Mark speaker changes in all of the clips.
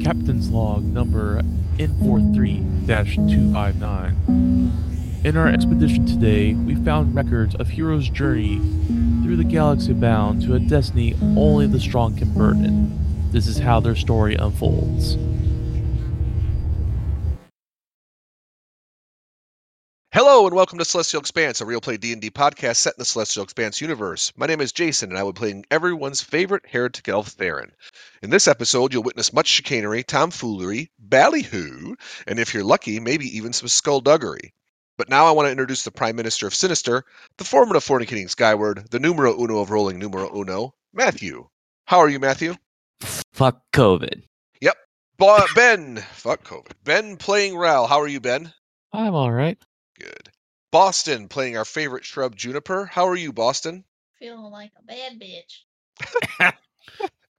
Speaker 1: Captain's Log number N43 259. In our expedition today, we found records of heroes' journey through the galaxy bound to a destiny only the strong can burden. This is how their story unfolds.
Speaker 2: Hello and welcome to Celestial Expanse, a real play D&D podcast set in the Celestial Expanse universe. My name is Jason and I will be playing everyone's favorite heretic elf Theron. In this episode, you'll witness much chicanery, tomfoolery, ballyhoo, and if you're lucky, maybe even some skullduggery. But now I want to introduce the Prime Minister of Sinister, the foreman of fornicating Skyward, the numero uno of rolling numero uno, Matthew. How are you, Matthew?
Speaker 3: Fuck COVID.
Speaker 2: Ba- ben, fuck COVID. Ben playing Ral. How are you, Ben?
Speaker 1: I'm alright.
Speaker 2: Good. Boston playing our favorite shrub, Juniper. How are you, Boston?
Speaker 4: feeling like a bad bitch.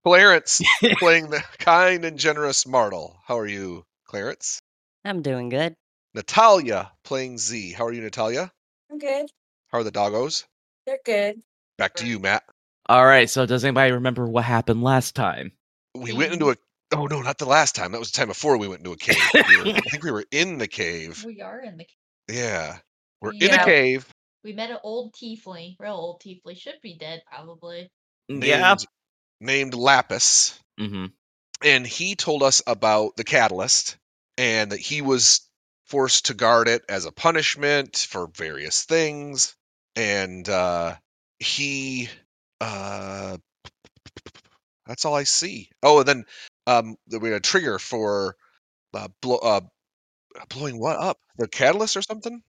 Speaker 2: Clarence playing the kind and generous Martle. How are you, Clarence?
Speaker 5: I'm doing good.
Speaker 2: Natalia playing Z. How are you, Natalia?
Speaker 6: I'm good.
Speaker 2: How are the doggos?
Speaker 6: They're good.
Speaker 2: Back to you, Matt.
Speaker 3: All right. So does anybody remember what happened last time?
Speaker 2: We went into a. Oh no, not the last time. That was the time before we went into a cave. We were- I think we were in the cave.
Speaker 4: We are in the. ca-
Speaker 2: Yeah, we're in a
Speaker 4: Yeah.
Speaker 2: cave.
Speaker 4: We met an old tiefling, real old tiefling. Should be dead probably.
Speaker 2: named- Named Lapis.
Speaker 3: hmm
Speaker 2: and he told us about the catalyst and that he was forced to guard it as a punishment for various things and uh he uh that's all i see oh and then um we had a trigger for uh, blow, uh blowing what up the catalyst or something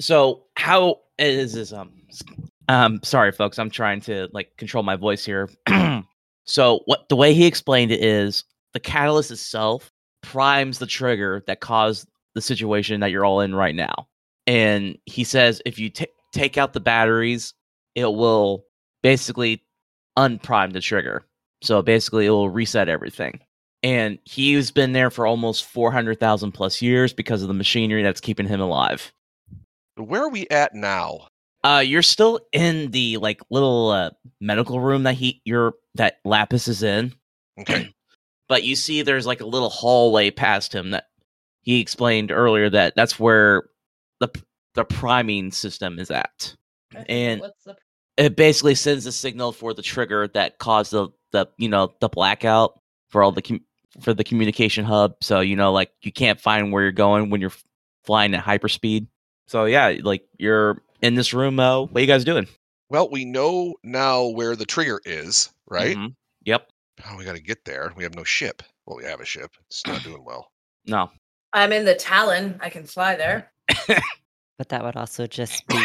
Speaker 3: So how is this? Um, s- um, sorry, folks. I'm trying to like control my voice here. so what the way he explained it is the catalyst itself primes the trigger that caused the situation that you're all in right now. And he says if you ta take out the batteries, it will basically unprime the trigger. So basically, it will reset everything. And he's been there for almost 400,000 plus years because of the machinery that's keeping him alive.
Speaker 2: where are we at now
Speaker 3: Uh, you're still in the like little uh, medical room that he your that Lapis is in,
Speaker 2: okay
Speaker 3: but you see there's like a little hallway past him that he explained earlier that that's where the p- the priming system is at.
Speaker 4: I forget
Speaker 3: And-
Speaker 4: what's the
Speaker 3: It basically sends a signal for the trigger that caused the the you know the blackout for all the com- for the communication hub. So you know like you can't find where you're going when you're f- flying at hyperspeed. So yeah, like you're in this room. Uh, what you guys doing?
Speaker 2: well we know now where the trigger is right
Speaker 3: Mhm. Yep.
Speaker 2: oh we got to get there we have no ship well we have a ship it's not doing well
Speaker 3: No.
Speaker 6: I'm in the Talon. I can fly there.
Speaker 5: But that would also just be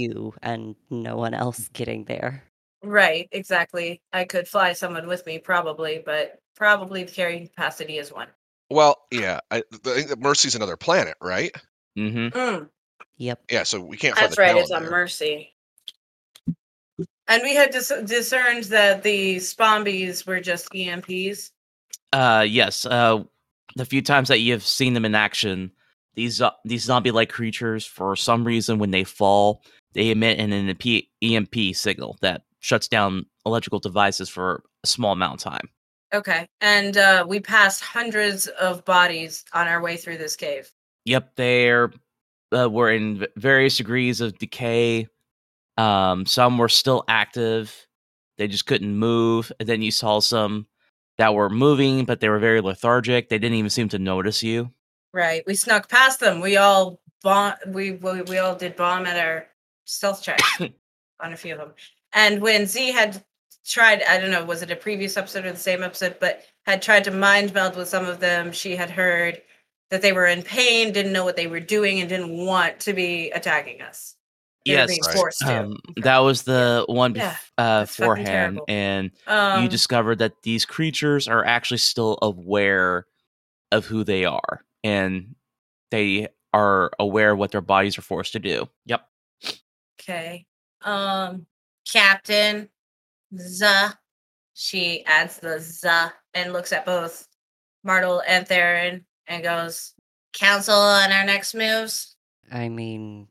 Speaker 5: you and no one else getting there.
Speaker 6: Right, exactly. I could fly someone with me, probably, but probably the carrying capacity is one.
Speaker 2: Well, yeah, I, th- I think that Mercy's another planet, right?
Speaker 3: Mm-hmm.
Speaker 6: Mm,
Speaker 5: Yep.
Speaker 2: Yeah, so we can't. fly
Speaker 6: that's
Speaker 2: the
Speaker 6: right. It's
Speaker 2: Talon
Speaker 6: on
Speaker 2: there.
Speaker 6: Mercy. And we had dis- discerned that the Spombies were just E EMPs.
Speaker 3: Uh, yes. Uh, the few times that you've seen them in action, these zo- these zombie-like creatures, for some reason, when they fall, they emit an, E an EP- EMP signal that shuts down electrical devices for a small amount of time.
Speaker 6: Okay. And uh, we passed hundreds of bodies on our way through this cave.
Speaker 3: Yep, they're uh, were in v- various degrees of decay. Um, some were still active; they just couldn't move. And then you saw some that were moving, but they were very lethargic. They didn't even seem to notice you.
Speaker 6: Right. We snuck past them. We all bomb. We we, we all did bomb at our stealth checks on a few of them. And when Z had tried, I don't know, was it a previous episode or the same episode, but had tried to mind meld with some of them. She had heard that they were in pain, didn't know what they were doing, and didn't want to be attacking us. They were being
Speaker 3: Yes,
Speaker 2: Right.
Speaker 6: forced to.
Speaker 3: Um, that was the one bef-
Speaker 6: Yeah,
Speaker 3: uh,
Speaker 6: that's fucking
Speaker 3: beforehand,
Speaker 6: terrible.
Speaker 3: and you
Speaker 6: Um,
Speaker 3: discovered that these creatures are actually still aware of who they are, and they are aware of what their bodies are forced to do. Yep.
Speaker 6: Okay. Um, Captain Za. She adds the Za and looks at both Martel and Theron and goes, Council on our next moves.
Speaker 5: I mean,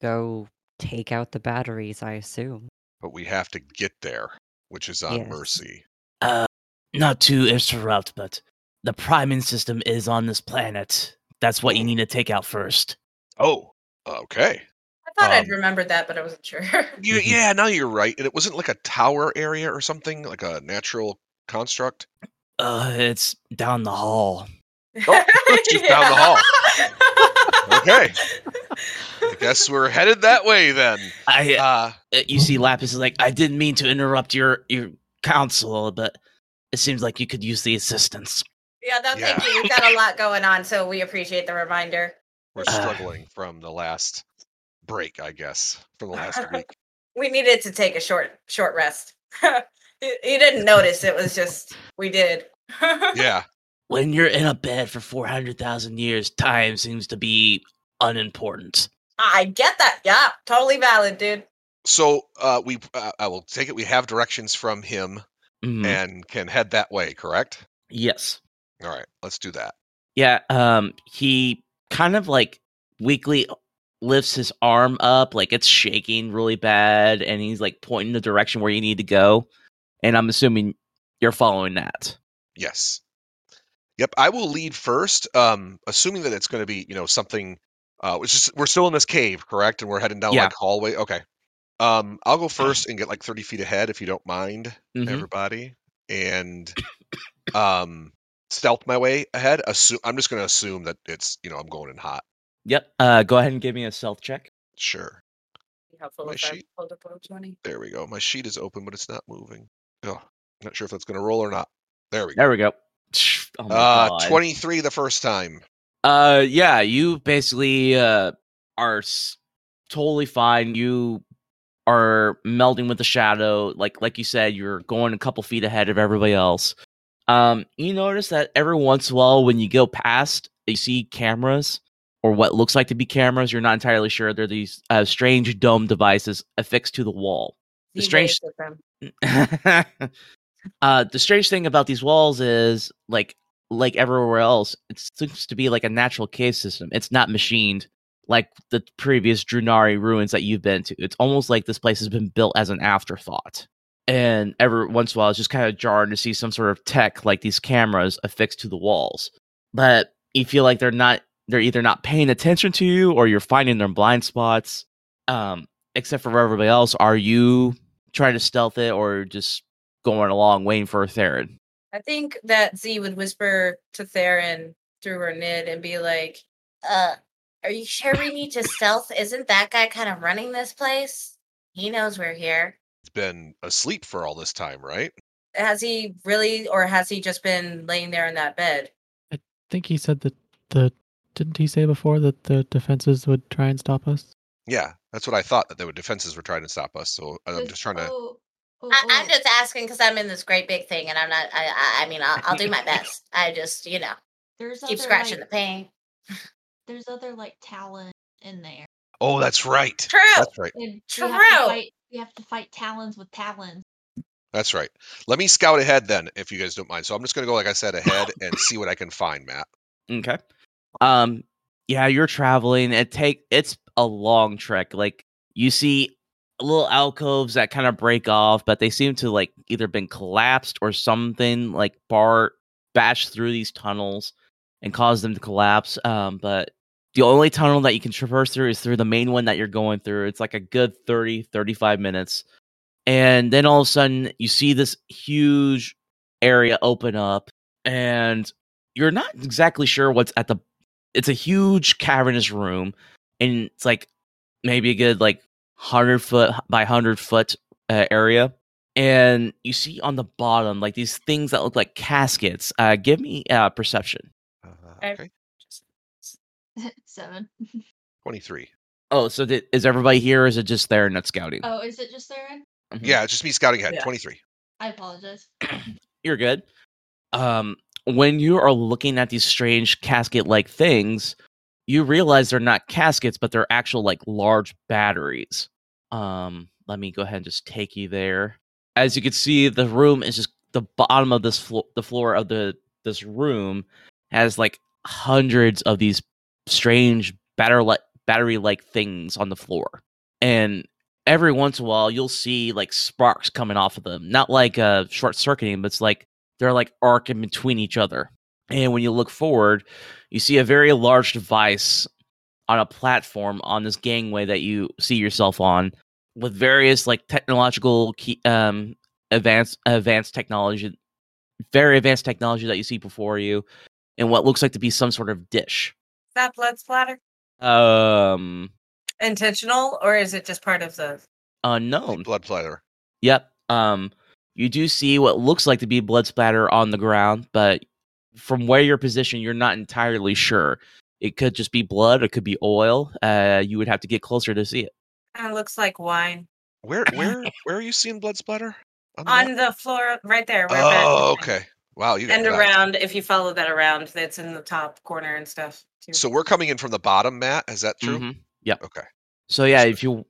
Speaker 5: go take out the batteries, I assume.
Speaker 2: But we have to get there, which is on
Speaker 5: Yes.
Speaker 2: Mercy.
Speaker 3: Uh, not to interrupt, but the priming system is on this planet. That's
Speaker 6: Oh.
Speaker 3: what you need to take out first.
Speaker 2: Oh, okay.
Speaker 7: I thought I'd
Speaker 2: Um,
Speaker 7: remembered that, but I wasn't sure.
Speaker 2: You,
Speaker 6: Mm-hmm.
Speaker 3: Mhm.
Speaker 2: yeah, now you're right. And it wasn't like a tower area or something, like a natural construct.
Speaker 3: Uh, it's down the hall.
Speaker 2: Oh, just down the hall.
Speaker 7: hall.
Speaker 2: Okay. I guess we're headed that way then.
Speaker 3: I
Speaker 2: Uh,
Speaker 3: uh, you
Speaker 6: mm-hmm.
Speaker 3: see Lapis is like, I didn't mean to interrupt your your counsel, but it seems like you could use the assistance.
Speaker 7: Yeah, no, thank
Speaker 2: Yeah.
Speaker 7: you. We've got a lot going on, so we appreciate the reminder.
Speaker 2: we're
Speaker 3: Uh.
Speaker 2: struggling from the last break, I guess, from the last week.
Speaker 7: We needed to take a short short rest. you you didn't notice; it was just we did.
Speaker 2: Yeah.
Speaker 3: When you're in a bed for four hundred thousand years, time seems to be unimportant.
Speaker 7: I get that. Yeah, totally valid, dude.
Speaker 2: So uh, we, uh, I will take it. We have directions from him
Speaker 3: Mhm.
Speaker 2: and can head that way. Correct.
Speaker 3: Yes.
Speaker 2: All right. Let's do that.
Speaker 3: Yeah, um he kind of like weakly lifts his arm up like it's shaking really bad and he's like pointing the direction where you need to go. And I'm assuming you're following that.
Speaker 2: Yes. Yep. I will lead first, um, assuming that it's going to be, you know, something. Uh, it's just we're still in this cave, correct? And we're heading down
Speaker 3: Yeah.
Speaker 2: like hallway. Okay. Um, I'll go first and get like thirty feet ahead if you don't mind,
Speaker 3: Mhm.
Speaker 2: everybody, and um, stealth my way ahead. Assume I'm just going to assume that it's, you know, I'm going in hot.
Speaker 3: Yep. Uh go ahead and give me a self check.
Speaker 2: Sure.
Speaker 7: Be helpful
Speaker 2: My
Speaker 7: if I
Speaker 2: sheet.
Speaker 7: pulled up a 20.
Speaker 2: There we go. My sheet is open, but it's not moving. Oh, not sure if that's going to roll or not. There we go.
Speaker 3: There we go. Oh my
Speaker 2: uh,
Speaker 3: God.
Speaker 2: twenty three the first time.
Speaker 3: Uh, yeah, you basically uh are s- totally fine. You are melding with the shadow, like like you said, you're going a couple feet ahead of everybody else. Um, you notice that every once in a while when you go past, you see cameras or what looks like to be cameras. You're not entirely sure. They're these uh, strange dome devices affixed to the wall. The
Speaker 7: Z
Speaker 3: strange-
Speaker 7: raised with them.
Speaker 3: uh, the strange thing about these walls is like like everywhere else, it seems to be like a natural cave system. It's not machined like the previous Drunari ruins that you've been to. It's almost like this place has been built as an afterthought. And every once in a while, it's just kind of jarring to see some sort of tech like these cameras affixed to the walls. But you feel like they're not they're either not paying attention to you or you're finding their blind spots. Um, except for everybody else, are you trying to stealth it or just going along waiting for a Theron.
Speaker 7: I think that Z would whisper to Theron through her nid and be like, uh, are you sure we need to stealth? Isn't that guy kind of running this place? He knows we're here.
Speaker 2: It's been asleep for all this time, right?
Speaker 7: Has he really, or has he just been laying there in that bed?
Speaker 8: think he said that the didn't he say before that the defenses would try and stop us?
Speaker 2: Yeah, that's what I thought that the defenses were trying to stop us. So I'm just trying to.
Speaker 4: Oh, oh,
Speaker 7: I, I'm
Speaker 4: oh.
Speaker 7: just asking because I'm in this great big thing and I'm not, I, I, I mean, I'll, I'll do my best. I just, you know,
Speaker 4: There's
Speaker 7: keep
Speaker 4: other,
Speaker 7: scratching the
Speaker 4: like-
Speaker 7: pain.
Speaker 4: There's other like talons in there.
Speaker 2: Oh, that's right.
Speaker 7: True.
Speaker 2: That's right.
Speaker 4: And We have,
Speaker 7: True.
Speaker 4: to fight, we have to fight talons with talons.
Speaker 2: That's right. Let me scout ahead then, if you guys don't mind. So I'm just gonna go, like I said, ahead and see what I can find, Matt.
Speaker 3: Okay. Um yeah, you're traveling. It take it's a long trek. Like you see little alcoves that kind of break off, but they seem to like either been collapsed or something like bar bashed through these tunnels and caused them to collapse. Um but the only tunnel that you can traverse through is through the main one that you're going through. It's like a good 30 35 minutes. And then all of a sudden you see this huge area open up and you're not exactly sure what's at the it's a huge cavernous room and it's like maybe a good like 100 foot by 100 foot uh, area and you see on the bottom like these things that look like caskets uh give me uh perception
Speaker 2: Uh,
Speaker 7: I-
Speaker 2: okay,
Speaker 4: Seven.
Speaker 2: twenty-three.
Speaker 3: oh so th- is everybody here or is it just there and not scouting
Speaker 4: Oh, is it just Theron?
Speaker 3: Mhm.
Speaker 2: Yeah, it's just me scouting ahead.
Speaker 7: Yeah.
Speaker 2: Twenty-three.
Speaker 4: I apologize.
Speaker 3: you're good. Um, when you are looking at these strange casket like things, you realize they're not caskets, but they're actual like large batteries. Um, let me go ahead and just take you there. As you can see, the room is just the bottom of this floor. The floor of the this room has like hundreds of these strange batter like battery like things on the floor, and every once in a while you'll see like sparks coming off of them. Not like uh short circuiting, but it's like they're like arcing between each other. And when you look forward, you see a very large device on a platform on this gangway that you see yourself on with various like technological key, um advanced advanced technology very advanced technology that you see before you and what looks like to be some sort of dish
Speaker 7: that blood splatter
Speaker 3: um
Speaker 7: intentional or is it just part of the?
Speaker 3: unknown
Speaker 2: Blood platter.
Speaker 3: Yep. Um, you do see what looks like to be blood splatter on the ground, but from where you're positioned, you're not entirely sure. It could just be blood. It could be oil. Uh, you would have to get closer to see it.
Speaker 7: Kind of looks like wine
Speaker 2: Where where where are you seeing blood splatter? the
Speaker 7: on
Speaker 2: map?
Speaker 7: the floor right there. Right back.
Speaker 2: oh, okay. Wow, you got
Speaker 7: And
Speaker 2: it.
Speaker 7: around, if you follow that around, that's in the top corner and stuff. Too.
Speaker 2: So we're coming in from the bottom, Matt. Is that true?
Speaker 3: Mhm. Yep.
Speaker 2: Okay.
Speaker 3: So yeah, if you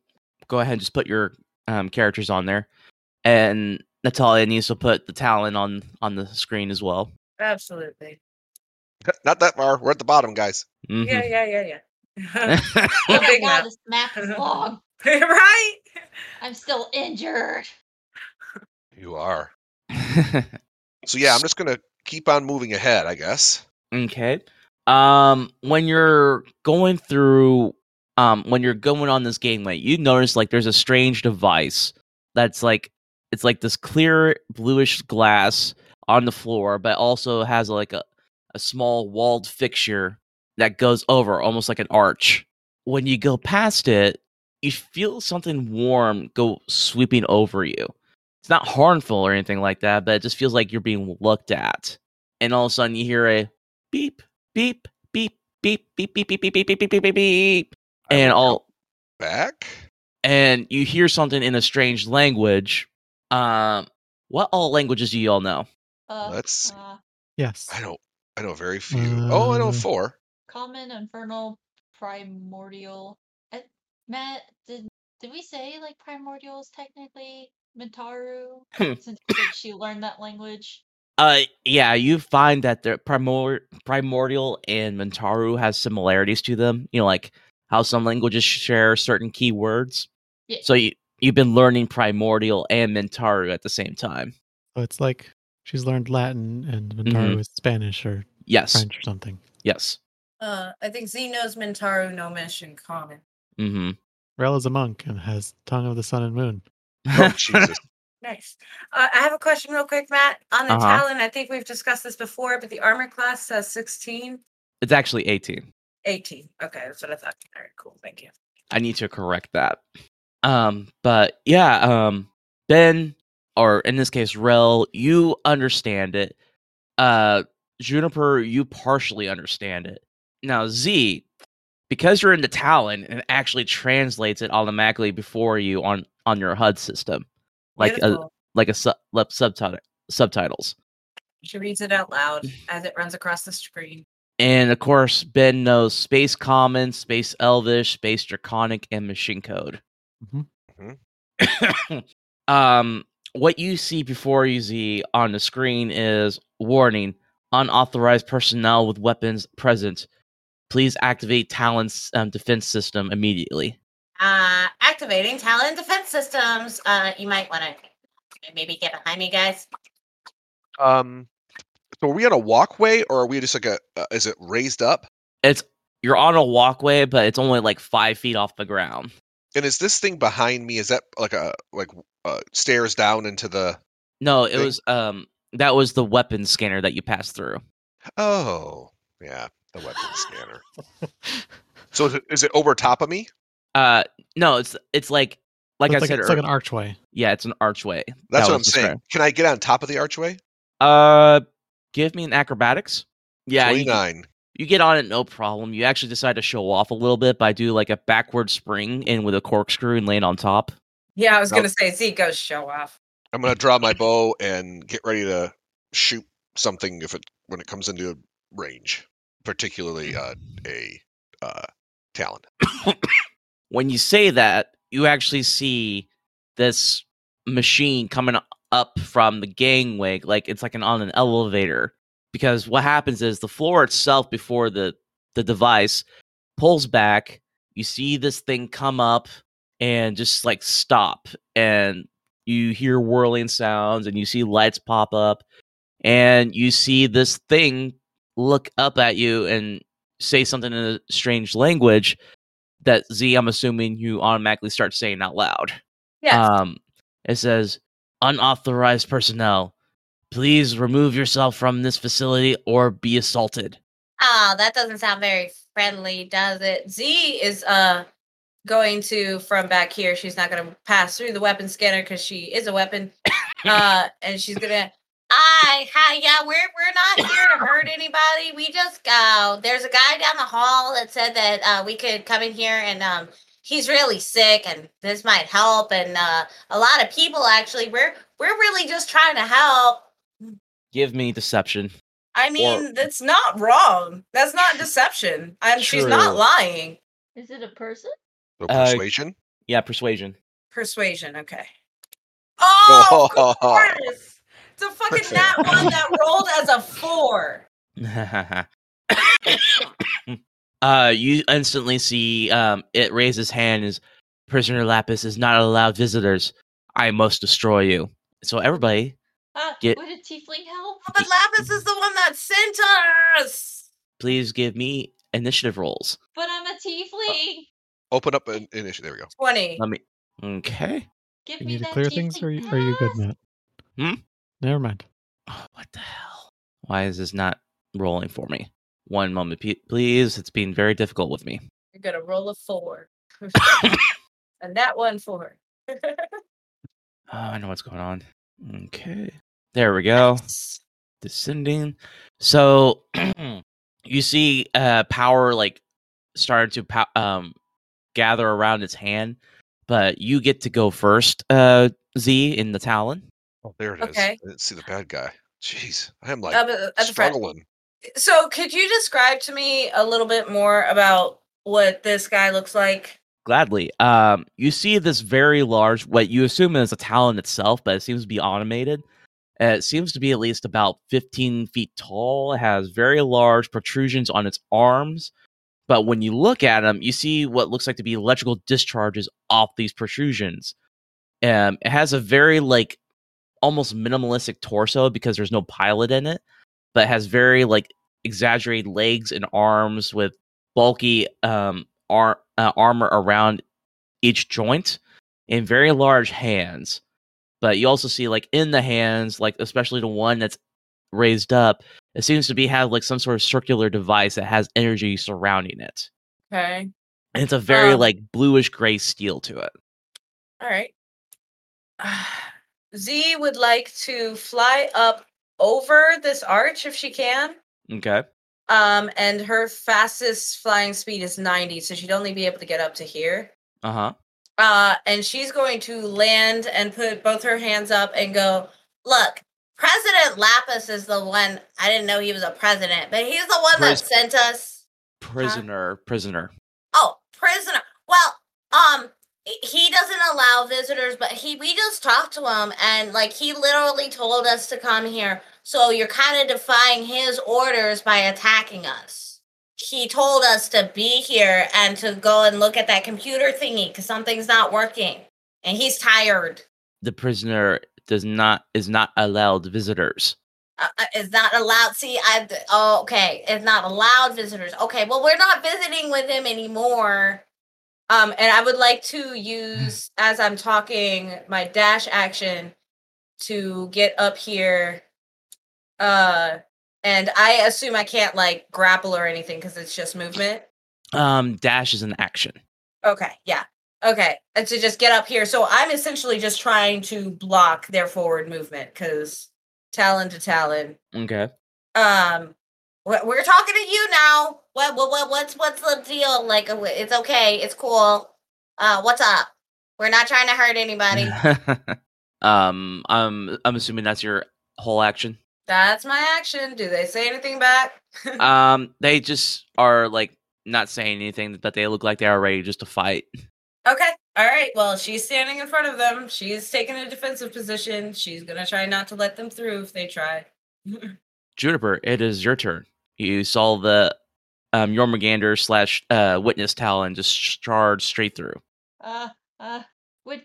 Speaker 3: go ahead and just put your um, characters on there, and Natalia needs to put the talon on on the screen as well.
Speaker 7: Absolutely.
Speaker 2: Not that far. We're at the bottom, guys.
Speaker 3: Mhm.
Speaker 7: Yeah, yeah, yeah, yeah.
Speaker 3: Mhm.
Speaker 4: Oh my
Speaker 7: Big
Speaker 4: god,
Speaker 7: mouth.
Speaker 4: this map is long.
Speaker 7: right?
Speaker 4: I'm still injured.
Speaker 2: You are.
Speaker 3: Mm-hmm.
Speaker 2: So yeah, I'm just gonna keep on moving ahead, I guess.
Speaker 3: Okay. Um, when you're going through, um, when you're going on this gangway, you notice like there's a strange device that's like it's like this clear bluish glass on the floor, but also has like a a small walled fixture that goes over, almost like an arch. When you go past it, you feel something warm go sweeping over you. It's not harmful or anything like that, but it just feels like you're being looked at. And all of a sudden, you hear a beep, beep, beep, beep, beep, beep, beep, beep, beep, beep, beep, beep, beep, beep.
Speaker 2: I
Speaker 3: And
Speaker 2: will
Speaker 3: all
Speaker 2: Back.
Speaker 3: and you hear something in a strange language. Um, what all languages do you all know?
Speaker 4: Uh,
Speaker 2: Let's see.
Speaker 4: uh,
Speaker 8: Yes.
Speaker 2: I know. I know very few. oh, I know
Speaker 8: Uh,
Speaker 2: four.
Speaker 4: common, infernal, primordial. Uh, Matt, did did we say like primordial is technically Mitaru?
Speaker 3: Hmm.
Speaker 4: Since like, she learned that language.
Speaker 3: Uh, yeah, you find that the primor- primordial and Mentaru has similarities to them. You know, like how some languages share certain key words.
Speaker 4: Yeah.
Speaker 3: So you you've been learning primordial and Mentaru at the same time.
Speaker 8: So it's like she's learned Latin and Mintaro is Spanish or
Speaker 3: Mm-hmm. Yes.
Speaker 8: French or something.
Speaker 3: Yes.
Speaker 7: Uh, I think Z knows Mintaro, Gnomish, and Common.
Speaker 3: Mm-hmm.
Speaker 8: Rel is a monk and has tongue of the sun and moon.
Speaker 2: Oh Jesus.
Speaker 7: Nice. Uh, I have a question, real quick, Matt. On the
Speaker 3: Uh-huh.
Speaker 7: Talon, I think we've discussed this before, but the armor class says 16,
Speaker 3: it's actually 18.
Speaker 7: 18. Okay, that's what I thought. All right, cool. Thank you.
Speaker 3: I need to correct that. Um, but yeah, um, Ben, or in this case, Rel, you understand it. Uh, Juniper, you partially understand it. Now, Z, because you're in the Talon, it actually translates it automatically before you on on your HUD system, like a
Speaker 7: Beautiful.
Speaker 3: like a sub, like subtitle subtitles.
Speaker 7: she reads it out loud as it runs across the screen.
Speaker 3: And of course, Ben knows Space Common, Space Elvish, Space Draconic, and Machine Code.
Speaker 8: Mhm.
Speaker 3: um, what you see before you see on the screen is warning: unauthorized personnel with weapons present. Please activate Talon's um, defense system immediately.
Speaker 7: Uh, activating Talon defense systems. Uh, you might want to maybe get behind me, guys.
Speaker 2: Um. So are we on a walkway, or are we just like a? Uh, is it raised up?
Speaker 3: You're on a walkway, but it's only like five feet off the ground.
Speaker 2: And is this thing behind me? Is that like a like uh, stairs down into the?
Speaker 3: No, it
Speaker 2: Wait.
Speaker 3: was um that was the weapon scanner that you passed through.
Speaker 2: Oh, yeah, the weapon scanner. So is it, is it over top of me?
Speaker 3: Uh, no, it's it's like like
Speaker 8: So
Speaker 3: I
Speaker 8: it's
Speaker 3: said,
Speaker 8: it's like an
Speaker 3: earlier-
Speaker 8: archway.
Speaker 3: Yeah, it's an archway.
Speaker 2: That's
Speaker 3: That
Speaker 2: what I'm
Speaker 3: was
Speaker 2: saying.
Speaker 3: described.
Speaker 2: Can I get on top of the archway?
Speaker 3: Uh, give me an acrobatics. Yeah, you, get-
Speaker 2: 29.
Speaker 3: you get on it no problem. You actually decide to show off a little bit by do like a backward spring and with a corkscrew and land on top.
Speaker 7: Yeah, I was
Speaker 2: Nope.
Speaker 7: going to say Z goes show off.
Speaker 2: I'm gonna draw my bow and get ready to shoot something if it when it comes into range,
Speaker 3: Hmm.
Speaker 2: particularly uh, a uh, talon.
Speaker 3: When you say that, you actually see this machine coming up from the gangway, like it's like an on an elevator. Because what happens is the floor itself before the the device pulls back. You see this thing come up and just like stop, and you hear whirling sounds, and you see lights pop up, and you see this thing look up at you and say something in a strange language that Z, I'm assuming you automatically start saying out loud.
Speaker 7: Yes.
Speaker 3: Um, it says, unauthorized personnel, please remove yourself from this facility or be assaulted.
Speaker 7: Ah, that doesn't sound very friendly, does it? Z is uh going to from back here. She's not going to pass through the weapon scanner because she is a weapon, uh, and she's gonna. I hi yeah we're we're not here to hurt anybody. We just go. There's a guy down the hall that said that uh, we could come in here and um he's really sick and this might help and uh, a lot of people actually we're we're really just trying to help.
Speaker 3: Give me deception.
Speaker 7: I mean, that's not wrong. That's not deception. And she's not
Speaker 3: True.
Speaker 7: lying.
Speaker 4: Is it a person?
Speaker 2: So
Speaker 3: Uh,
Speaker 2: persuasion.
Speaker 3: Yeah, persuasion.
Speaker 7: Persuasion, okay. Oh, of course. It's a fucking
Speaker 2: Persuasion.
Speaker 7: nat one that rolled as a four.
Speaker 3: uh, you instantly see um, it raise his hand as prisoner Lapis is not allowed visitors. I must destroy you. So everybody,
Speaker 4: Ah,
Speaker 3: Get-
Speaker 4: would a tiefling help?
Speaker 7: But Lapis is the one that sent us.
Speaker 3: please give me initiative rolls.
Speaker 4: But I'm a
Speaker 8: Uh,
Speaker 4: tiefling.
Speaker 2: Open up an initiative. There we go.
Speaker 7: 20.
Speaker 3: Let me. Okay.
Speaker 4: Give
Speaker 8: You
Speaker 4: me
Speaker 8: need to
Speaker 4: that
Speaker 8: clear things, or are you,
Speaker 4: tiefling
Speaker 8: are you good,
Speaker 4: pass.
Speaker 8: Matt?
Speaker 3: Hmm?
Speaker 8: Never mind.
Speaker 3: Oh, what the hell? Why is this not rolling for me? One moment, pe- please. It's been very difficult with me.
Speaker 7: You're going to roll a four. and that one four.
Speaker 3: Oh, I know what's going on. Okay. There we go. descending. So you see uh power like starting to pow- um gather around its hand, but you get to go first, uh Z in the talon.
Speaker 2: Oh, there it is.
Speaker 7: Okay.
Speaker 2: I didn't see the bad guy. Jeez, I am like
Speaker 7: Up at- up at the front.
Speaker 2: struggling.
Speaker 7: So, could you describe to me a little bit more about what this guy looks like?
Speaker 3: Gladly. Um you see this very large what you assume is a talon itself, but it seems to be automated. Uh, it seems to be at least about 15 feet tall. It has very large protrusions on its arms. But when you look at them, you see what looks like to be electrical discharges off these protrusions. Um, it has a very like almost minimalistic torso because there's no pilot in it, but has very like exaggerated legs and arms with bulky um, ar- uh, armor around each joint and very large hands. But you also see like in the hands, like especially the one that's raised up, it seems to be have like some sort of circular device that has energy surrounding it.
Speaker 7: Okay.
Speaker 3: And it's a very
Speaker 7: Um,
Speaker 3: like bluish gray steel to it.
Speaker 7: All right. Z would like to fly up over this arch if she can.
Speaker 3: Okay.
Speaker 7: Um, and her fastest flying speed is 90, so she'd only be able to get up to here.
Speaker 3: Uh huh.
Speaker 7: Uh, and she's going to land and put both her hands up and go, Look, President Lapis is the one. I didn't know he was a president, but he's the one
Speaker 3: Pres-
Speaker 7: that sent us.
Speaker 3: Prisoner. Prisoner.
Speaker 7: Oh, prisoner. Well, um, h- he doesn't allow visitors, but he we just talked to him and like he literally told us to come here. So you're kind of defying his orders by attacking us. He told us to be here and to go and look at that computer thingy because something's not working, and he's tired.
Speaker 3: The prisoner does not is not allowed visitors.
Speaker 7: Uh, uh, is not allowed. See, I oh, okay. It's not allowed visitors. Okay, well, we're not visiting with him anymore. Um, and I would like to use as I'm talking my dash action to get up here. Uh, and I assume I can't like grapple or anything because it's just movement.
Speaker 3: Um, dash is an action.
Speaker 7: Okay, yeah. Okay, and to just get up here. So I'm essentially just trying to block their forward movement because talon to talon
Speaker 3: Okay.
Speaker 7: um we're, we're talking to you now what, what what what's what's the deal like uh, wh- it's okay it's cool uh what's up we're not trying to hurt anybody
Speaker 3: um, I'm I'm assuming that's your whole action.
Speaker 7: that's my action do they say anything back
Speaker 3: Um, they just are like not saying anything, but they look like they are ready just to fight.
Speaker 7: okay all right well she's standing in front of them she's taking a defensive position she's gonna try not to let them through if they try
Speaker 3: Juniper, it is your turn. You saw the um Jormungandr slash uh witness talon just charge straight through.
Speaker 4: Uh, uh, would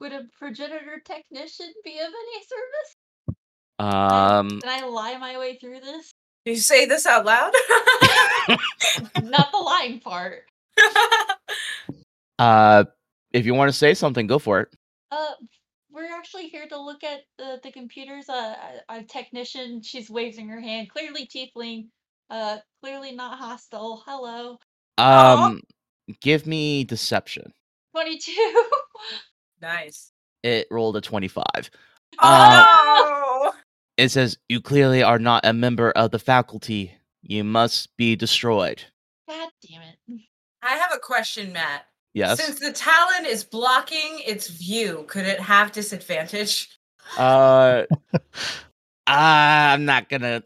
Speaker 4: would a progenitor technician be of any service?
Speaker 3: Um,
Speaker 4: Can I lie my way through this?
Speaker 7: Did you say this out loud?
Speaker 4: Not the lying part.
Speaker 3: Uh, if you want to say something, go for it.
Speaker 4: Uh, we're actually here to look at the, the computers. Uh, a, a technician, she's waving her hand, clearly tiefling, uh, clearly not hostile. Hello.
Speaker 7: Aw.
Speaker 3: Um, give me deception.
Speaker 4: 22.
Speaker 7: nice.
Speaker 3: It rolled a twenty-five. Uh,
Speaker 7: Oh,
Speaker 3: It says you clearly are not a member of the faculty. You must be destroyed.
Speaker 4: God damn it.
Speaker 7: I have a question, Matt.
Speaker 3: Yes.
Speaker 7: Since the Talon is blocking its view, could it have disadvantage?
Speaker 3: uh, I'm not gonna.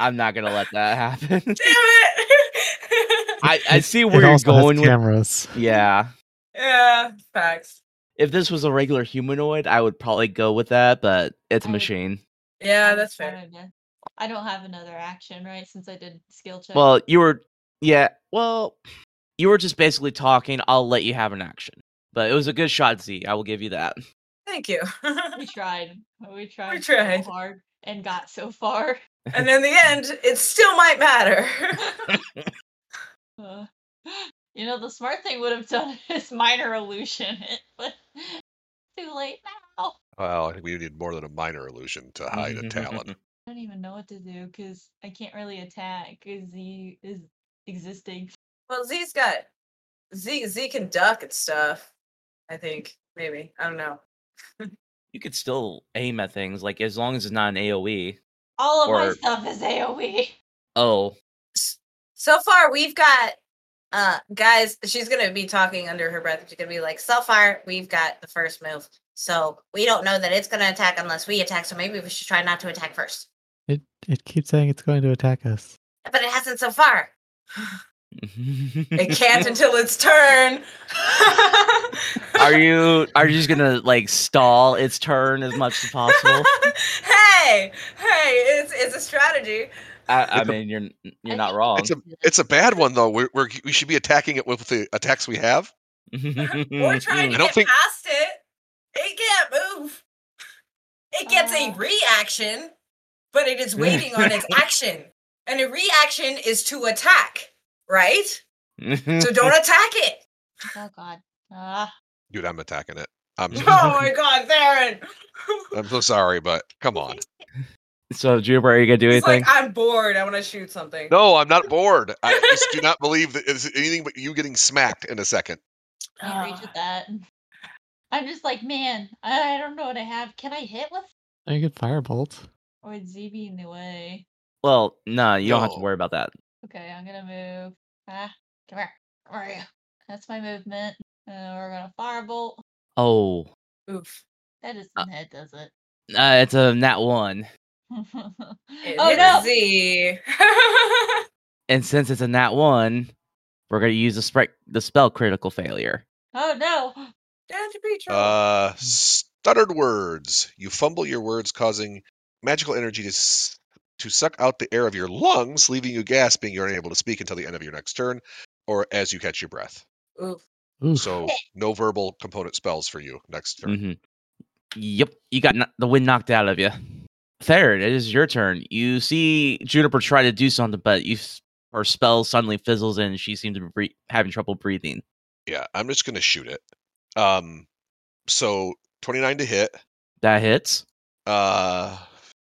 Speaker 3: I'm not gonna let that happen.
Speaker 7: Damn it!
Speaker 3: I, I see
Speaker 8: it
Speaker 3: where you're
Speaker 8: also
Speaker 3: going
Speaker 8: has
Speaker 3: with.
Speaker 8: cameras.
Speaker 3: Yeah.
Speaker 7: yeah, facts.
Speaker 3: If this was a regular humanoid, I would probably go with that, but it's a
Speaker 4: I-
Speaker 3: machine.
Speaker 7: Yeah,
Speaker 4: I
Speaker 7: that's
Speaker 4: just
Speaker 7: fair.
Speaker 4: wanted to- I don't have another action, right? Since I did skill check.
Speaker 3: Well, you were, yeah. Well, you were just basically talking. I'll let you have an action, but it was a good shot, Z. I will give you that.
Speaker 7: Thank you.
Speaker 4: we tried. We tried,
Speaker 7: tried.
Speaker 4: so hard and got so far.
Speaker 7: and in the end, it still might matter.
Speaker 4: Uh, you know, the smart thing would have done is minor illusion it, but too late now.
Speaker 2: Well, I think we need more than a minor illusion to hide
Speaker 3: Mm-hmm,
Speaker 2: a talent.
Speaker 4: I don't even know what to do because I can't really attack because he is existing.
Speaker 7: well, Z's got Z. Z can duck and stuff. I think maybe I don't know.
Speaker 3: You could still aim at things, like as long as it's not an AOE.
Speaker 4: All of my
Speaker 3: Or-
Speaker 4: stuff is E. AoE.
Speaker 3: Oh,
Speaker 7: So far, we've got uh guys. She's gonna be talking under her breath. She's gonna be like, "So far, we've got the first move. So we don't know that it's gonna attack unless we attack. So maybe we should try not to attack first.
Speaker 8: It it keeps saying it's going to attack us.
Speaker 7: But it hasn't so far. It can't until its turn.
Speaker 3: are you are you just gonna like stall its turn as much as possible?
Speaker 7: hey, hey, it's it's a strategy.
Speaker 3: I, I
Speaker 2: It's a-
Speaker 3: mean, you're
Speaker 4: I
Speaker 3: you're not
Speaker 4: think-
Speaker 3: wrong.
Speaker 2: It's a it's a bad one though. We're, we're we should be attacking it with the attacks we have.
Speaker 7: We're trying to
Speaker 2: I don't
Speaker 7: get
Speaker 2: think-
Speaker 7: past it. It can't move. It gets a
Speaker 4: Uh.
Speaker 7: reaction, but it is waiting on its action. And a reaction is to attack, right? So don't attack it.
Speaker 4: Oh god. Ah,
Speaker 2: Dude, I'm attacking it. I'm so,
Speaker 7: Oh my god, Theron.
Speaker 2: I'm so sorry, but come on.
Speaker 3: So, Juniper, are you gonna do
Speaker 7: It's
Speaker 3: anything?
Speaker 7: like I'm bored. I want to shoot something.
Speaker 2: No, I'm not bored. I just do not believe that it's anything but you getting smacked in a second.
Speaker 4: can't reach
Speaker 2: Ah.
Speaker 4: at that. I'm just like, man, I I don't know what I have. Can I hit with?
Speaker 8: Oh, you could firebolt.
Speaker 4: Or is Z be in the way?
Speaker 3: well, no, you don't have to
Speaker 2: No.
Speaker 3: worry about that.
Speaker 4: Okay, I'm gonna move. Ah, come here. Where are you? That's my movement. Uh, we're gonna firebolt.
Speaker 3: Oh,
Speaker 7: Oof.
Speaker 4: That is
Speaker 3: Uh,
Speaker 4: that does it.
Speaker 3: uh, it's a nat one,
Speaker 4: oh no!
Speaker 7: Z.
Speaker 3: and since it's a nat one, we're gonna use the spec the spell critical failure.
Speaker 4: Oh no!
Speaker 7: Down to be
Speaker 2: Uh, stuttered words. You fumble your words, causing magical energy to s- to suck out the air of your lungs, leaving you gasping. You're unable to speak until the end of your next turn, or as you catch your breath.
Speaker 7: Oof.
Speaker 8: Oof.
Speaker 2: So no verbal component spells for you next turn.
Speaker 3: Mhm. Yep, you got kno- the wind knocked out of you. Theron, it is your turn. You see Juniper try to do something, but you s- her spell suddenly fizzles and she seems to be bre- having trouble breathing.
Speaker 2: Yeah, I'm just gonna shoot it. Um, so 29 to hit.
Speaker 3: That hits.
Speaker 2: Uh,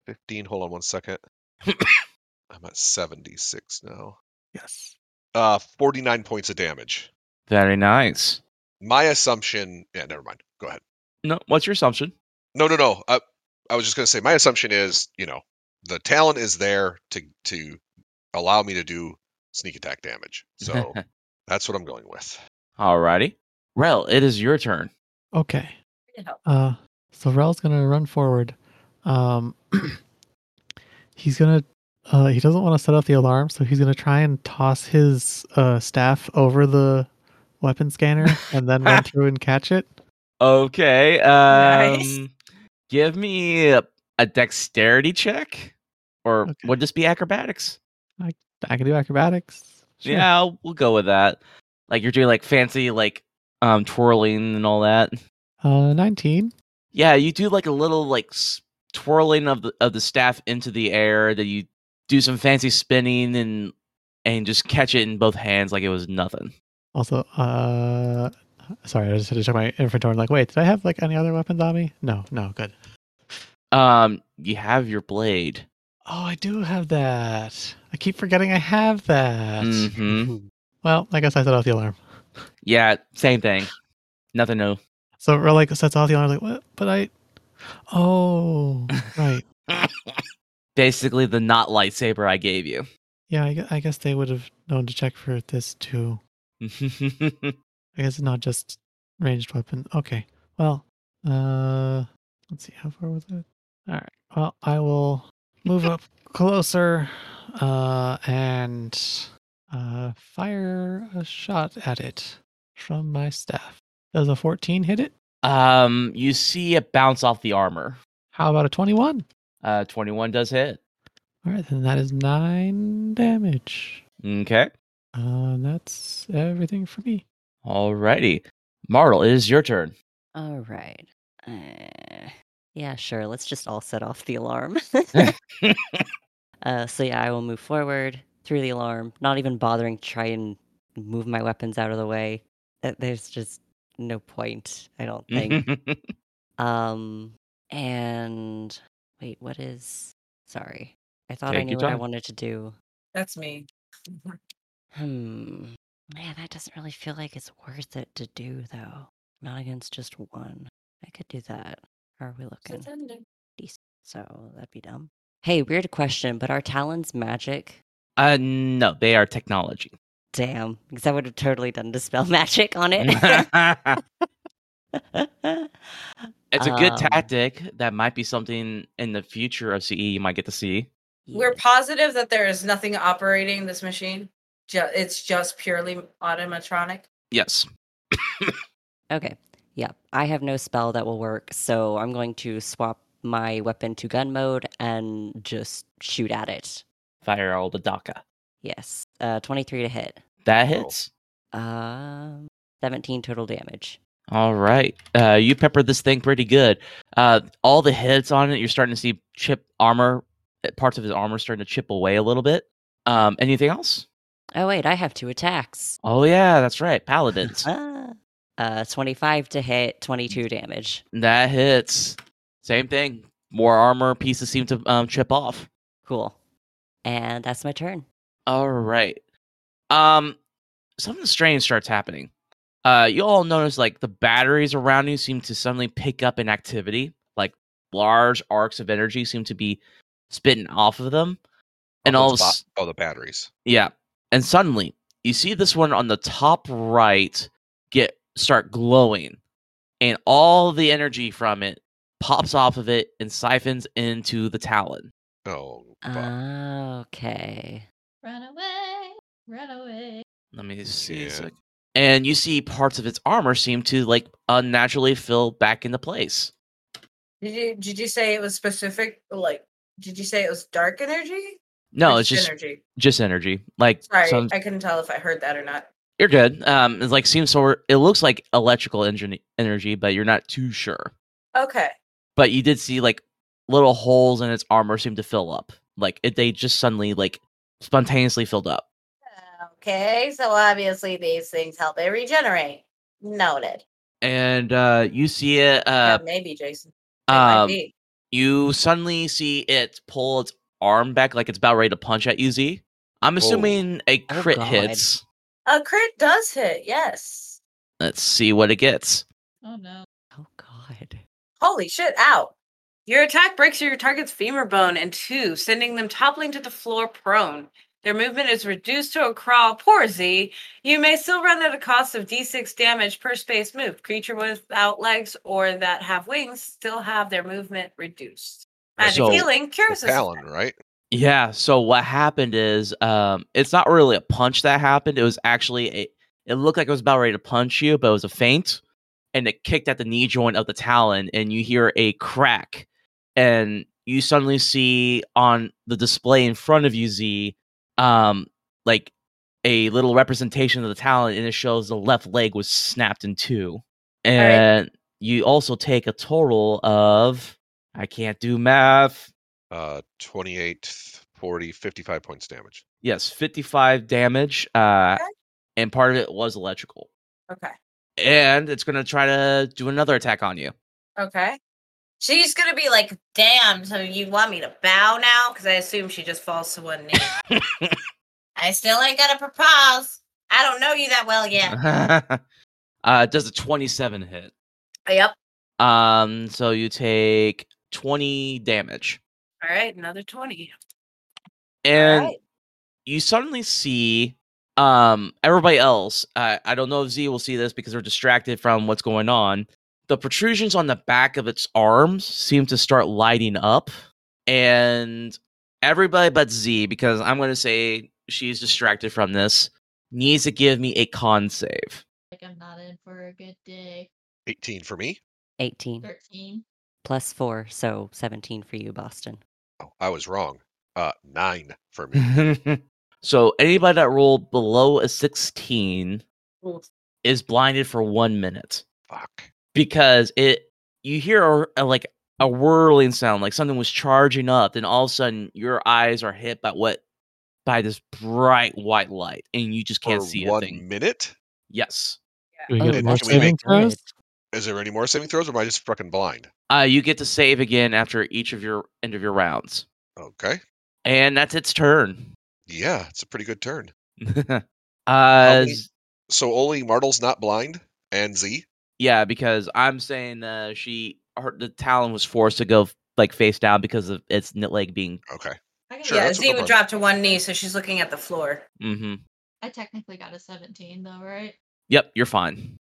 Speaker 2: 15. Hold on one second. I'm at 76 now.
Speaker 8: Yes.
Speaker 2: Uh, 49 points of damage.
Speaker 3: Very nice.
Speaker 2: My assumption. Yeah, never mind. Go ahead.
Speaker 3: No, what's your assumption?
Speaker 2: No, no, no. I, I was just gonna say my assumption is, you know, the talent is there to to allow me to do sneak attack damage. So that's what I'm going with.
Speaker 3: Alrighty. Rel, it is your turn.
Speaker 8: Okay.
Speaker 7: Need help.
Speaker 8: Uh, so Rel's gonna run forward. Um, he's gonna. Uh, he doesn't want to set off the alarm, so he's gonna try and toss his uh, staff over the weapon scanner and then run through and catch it.
Speaker 3: Okay. Um,
Speaker 7: Nice.
Speaker 3: Give me a, a dexterity check, or
Speaker 8: Okay.
Speaker 3: would this be acrobatics?
Speaker 8: I can do acrobatics. Sure.
Speaker 3: Yeah, we'll go with that. Like you're doing like fancy like um twirling and all that.
Speaker 8: Uh, nineteen.
Speaker 3: Yeah, you do like a little like s- twirling of the of the staff into the air. That you do some fancy spinning and and just catch it in both hands like it was nothing.
Speaker 8: Also, uh, sorry, I just had to check my inventory. I'm like, wait, did I have like any other weapons on me? No, no, good.
Speaker 3: Um, you have your blade.
Speaker 8: Oh, I do have that. I keep forgetting I have that.
Speaker 3: hmm
Speaker 8: Well, I guess I set off the alarm.
Speaker 3: Yeah, same thing. Nothing new.
Speaker 8: So we're like sets off the alarm. Like, what? But I. Oh, right.
Speaker 3: Basically, the not lightsaber I gave you.
Speaker 8: Yeah, I, gue- I guess they would have known to check for this too. I guess it's not just ranged weapon. Okay. Well, uh, let's see. How far was it? All right. Well, I will move up closer, uh, and uh, fire a shot at it from my staff. Does a 14 hit it?
Speaker 3: um, you see it bounce off the armor.
Speaker 8: How about a 21?
Speaker 3: Uh, twenty-one does hit.
Speaker 8: All right, then that is nine damage.
Speaker 3: Okay.
Speaker 8: Uh, that's everything for me.
Speaker 3: Alrighty, Martle, it is your turn.
Speaker 5: All right. Uh, yeah, sure. Let's just all set off the alarm. uh, so, yeah, I will move forward through the alarm, not even bothering to try and move my weapons out of the way. Uh, There's just no point, I don't think. um, and wait, what is. Sorry. I thought I
Speaker 3: Take your
Speaker 5: knew what I
Speaker 3: time.
Speaker 5: wanted to do.
Speaker 7: That's me.
Speaker 5: Hmm. Man, that doesn't really feel like it's worth it to do, though. Not against just one. I could do that. How are we looking? So that'd be dumb. Hey, weird question, but are talons magic?
Speaker 3: uh, no, they are technology.
Speaker 5: Damn, because I would have totally done dispel magic on it.
Speaker 3: it's a good
Speaker 5: Um,
Speaker 3: tactic. That might be something in the future of CE you might get to see.
Speaker 7: We're
Speaker 5: Yes.
Speaker 7: positive that there is nothing operating this machine. Ju- it's just purely automatronic.
Speaker 3: Yes.
Speaker 5: Okay. Yeah. I have no spell that will work, so I'm going to swap my weapon to gun mode and just shoot at it.
Speaker 3: Fire all the DACA.
Speaker 5: Yes. Uh, 23 to hit.
Speaker 3: That
Speaker 2: Cool.
Speaker 3: hits.
Speaker 5: Um, 17 total damage.
Speaker 3: All right. Uh, you peppered this thing pretty good. Uh, all the hits on it, you're starting to see chip armor, uh, parts of his armor starting to chip away a little bit. Um, anything else?
Speaker 5: Oh, wait, I have two attacks.
Speaker 3: Oh, yeah, that's right. Paladins.
Speaker 5: Ah. Uh, 25 to hit, 22 damage.
Speaker 3: that hits. Same thing. More armor pieces seem to um, chip off.
Speaker 5: Cool. And that's my turn.
Speaker 3: All right. Um, something strange starts happening. Uh, you all notice like the batteries around you seem to suddenly pick up in activity. Like large arcs of energy seem to be spitting off of them, and
Speaker 2: Oh,
Speaker 3: all
Speaker 2: those
Speaker 3: of
Speaker 2: ba-
Speaker 3: s-
Speaker 2: oh, the batteries.
Speaker 3: yeah. And suddenly you see this one on the top right get start glowing, and all the energy from it pops off of it and siphons into the talon.
Speaker 2: Oh,
Speaker 3: Uh,
Speaker 2: fuck.
Speaker 5: Okay.
Speaker 4: Run away, run away.
Speaker 3: Let me see. a
Speaker 2: Yeah.
Speaker 3: sec. And you see parts of its armor seem to like unnaturally fill back into place.
Speaker 7: Did you did you say it was specific? Like, did you say it was dark energy? Or
Speaker 3: No, it's just
Speaker 7: energy.
Speaker 3: just energy. Like
Speaker 7: Sorry,
Speaker 3: some-
Speaker 7: I couldn't tell if I heard that or not.
Speaker 3: you're good. Um, it's like seems sort. It looks like electrical engine energy, but you're not too sure.
Speaker 7: Okay,
Speaker 3: But you did see like little holes in its armor seem to fill up. Like it, they just suddenly like spontaneously filled up.
Speaker 7: okay. So obviously these things help it regenerate. Noted.
Speaker 3: And uh, you see it. Uh,
Speaker 7: yeah, maybe Jason. It might
Speaker 3: um,
Speaker 7: be.
Speaker 3: you suddenly see it pull its arm back like it's about ready to punch at UZ. I'm assuming a
Speaker 5: Oh,
Speaker 3: crit
Speaker 5: God.
Speaker 3: hits.
Speaker 7: A crit does hit. Yes.
Speaker 3: Let's see what it gets.
Speaker 4: Oh no.
Speaker 5: Oh god.
Speaker 7: Holy shit! Ow. Your attack breaks your target's femur bone in two, sending them toppling to the floor prone. Their movement is reduced to a crawl. Poor Z. You may still run at a cost of d6 damage per space moved. Creature without legs or that have wings still have their movement reduced. Magic
Speaker 3: So-
Speaker 7: healing
Speaker 2: The
Speaker 7: cures this
Speaker 2: Talon, right?
Speaker 3: Yeah, so what happened is um it's not really a punch that happened. It was actually a it looked like it was about ready to punch you, but it was a feint and it kicked at the knee joint of the talon and you hear a crack and you suddenly see on the display in front of you Z um like a little representation of the talon and it shows the left leg was snapped in two. And you also take a total of I can't do math.
Speaker 2: Uh, 28 40, 55 points damage.
Speaker 3: Yes, 55 damage. Uh,
Speaker 7: Okay.
Speaker 3: and part of it was electrical.
Speaker 7: Okay.
Speaker 3: And it's gonna try to do another attack on you.
Speaker 7: Okay. She's gonna be like, damn, so you want me to bow now? Because I assume she just falls to one knee. I still ain't gonna propose. I don't know you that well
Speaker 2: Uh-huh.
Speaker 7: yet.
Speaker 3: uh, does a 27 hit?
Speaker 7: yep.
Speaker 3: Um, so you take 20 damage,
Speaker 7: All right, another 20.
Speaker 3: and
Speaker 7: All right.
Speaker 3: you suddenly see um everybody else. Uh, I don't know if Z will see this because they're distracted from what's going on. The protrusions on the back of its arms seem to start lighting up, and everybody but Z, because I'm going to say she's distracted from this, needs to give me a con save.
Speaker 4: Like I'm not in for a good day.
Speaker 2: 18 for me. Mm-hmm.
Speaker 5: 18
Speaker 4: Thirteen.
Speaker 5: plus 4, so 17 for you, Boston.
Speaker 2: Oh, I was wrong. Uh, nine for me.
Speaker 3: so anybody that rolled below a 16
Speaker 7: Oof.
Speaker 3: is blinded for one minute
Speaker 2: Fuck.
Speaker 3: because it you hear a, a, like a whirling sound like something was charging up and all of a sudden your eyes are hit by what by this bright white light and you just can't
Speaker 2: for
Speaker 3: see
Speaker 2: one
Speaker 3: a thing
Speaker 2: minute.
Speaker 3: yes
Speaker 1: Do we get
Speaker 2: Oh,
Speaker 1: more
Speaker 2: should we make-
Speaker 8: saving throws?
Speaker 2: Is there any more saving throws, or am I just fucking blind?
Speaker 3: uh, you get to save again after each of your end of your rounds
Speaker 2: Okay.
Speaker 3: and that's its turn
Speaker 2: Yeah, it's a pretty good turn.
Speaker 3: uh,
Speaker 2: many- So only Martle's not blind, and Z.
Speaker 3: Yeah, because I'm saying uh, she her, the Talon was forced to go f- like face down because of its knit leg being.
Speaker 2: Okay.
Speaker 4: I got
Speaker 2: Sure,
Speaker 7: yeah,
Speaker 2: that's what
Speaker 7: Z
Speaker 2: the
Speaker 7: would
Speaker 2: bar-
Speaker 7: drop to one knee, so she's looking at the floor.
Speaker 3: hmm
Speaker 4: I technically got a seventeen though, right?
Speaker 3: Yep, you're fine.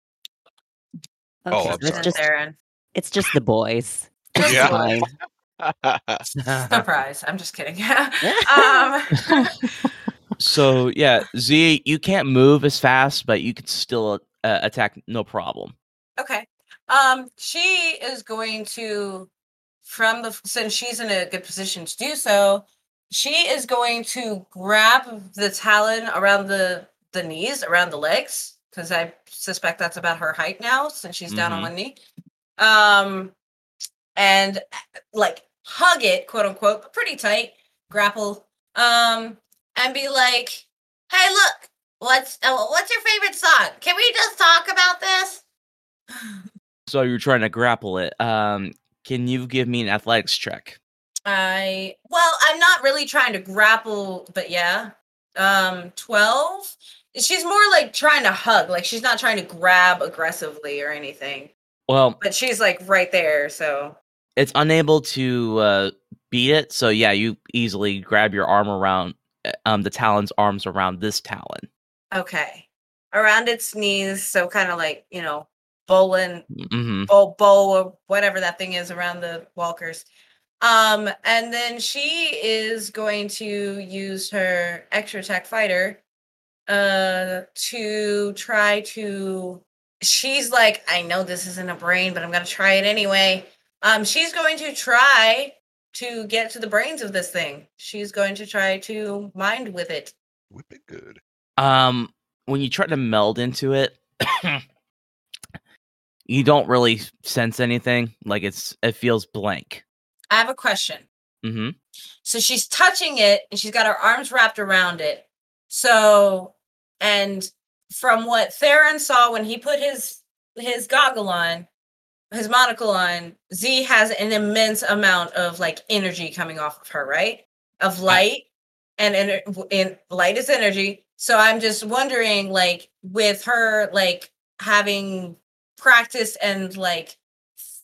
Speaker 2: Oh,
Speaker 5: Okay,
Speaker 2: I'm
Speaker 5: so it's
Speaker 2: sorry.
Speaker 5: just
Speaker 7: Theron.
Speaker 5: it's just the boys. It's
Speaker 2: Yeah.
Speaker 5: fine.
Speaker 7: Surprise. I'm just kidding. um,
Speaker 3: so yeah, Z, you can't move as fast, but you could still uh, attack no problem.
Speaker 7: okay. Um, she is going to, from the, since she's in a good position to do so, she is going to grab the talon around the, the knees, around the legs, because I suspect that's about her height now, since she's down on
Speaker 3: Mhm.
Speaker 7: one knee. Um, and like hug it, quote unquote, but pretty tight, grapple, um, and be like, "Hey, look, what's uh, what's your favorite song? Can we just talk about this?"
Speaker 3: So you're trying to grapple it. Um, can you give me an athletics check?
Speaker 7: I well, I'm not really trying to grapple, but yeah, um, twelve. She's more like trying to hug, like she's not trying to grab aggressively or anything,
Speaker 3: Well,
Speaker 7: but she's like right there, so
Speaker 3: it's unable to uh, beat it. So yeah, you easily grab your arm around uh, um the Talon's arms around this Talon.
Speaker 7: okay, around its knees, so kind of like you know, bowling
Speaker 3: hmm
Speaker 7: bow, bow or whatever that thing is around the walkers. Um, and then she is going to use her extra attack fighter uh to try to she's like, I know this isn't a brain, but I'm gonna try it anyway. Um, she's going to try to get to the brains of this thing. She's going to try to mind with it.
Speaker 2: Whip it good.
Speaker 3: Um, when you try to meld into it, you don't really sense anything. Like it's it feels blank.
Speaker 7: I have a question.
Speaker 3: hmm
Speaker 7: So she's touching it and she's got her arms wrapped around it. So and from what Theron saw when he put his his goggle on, his monocle on, Z has an immense amount of like energy coming off of her, right? Of light and ener- w- and light is energy. So I'm just wondering like with her like having practice and like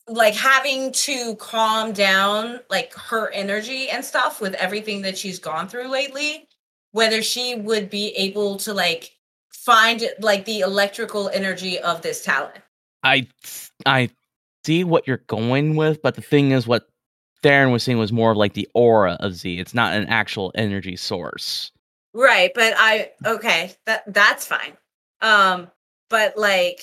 Speaker 7: like having to calm down like her energy and stuff with everything that she's gone through lately whether she would be able to like find like the electrical energy of this talent
Speaker 3: I s- I see what you're going with, but the thing is, what Theron was seeing was more of like the aura of Z. It's not an actual energy source.
Speaker 7: right but i okay that that's fine um but like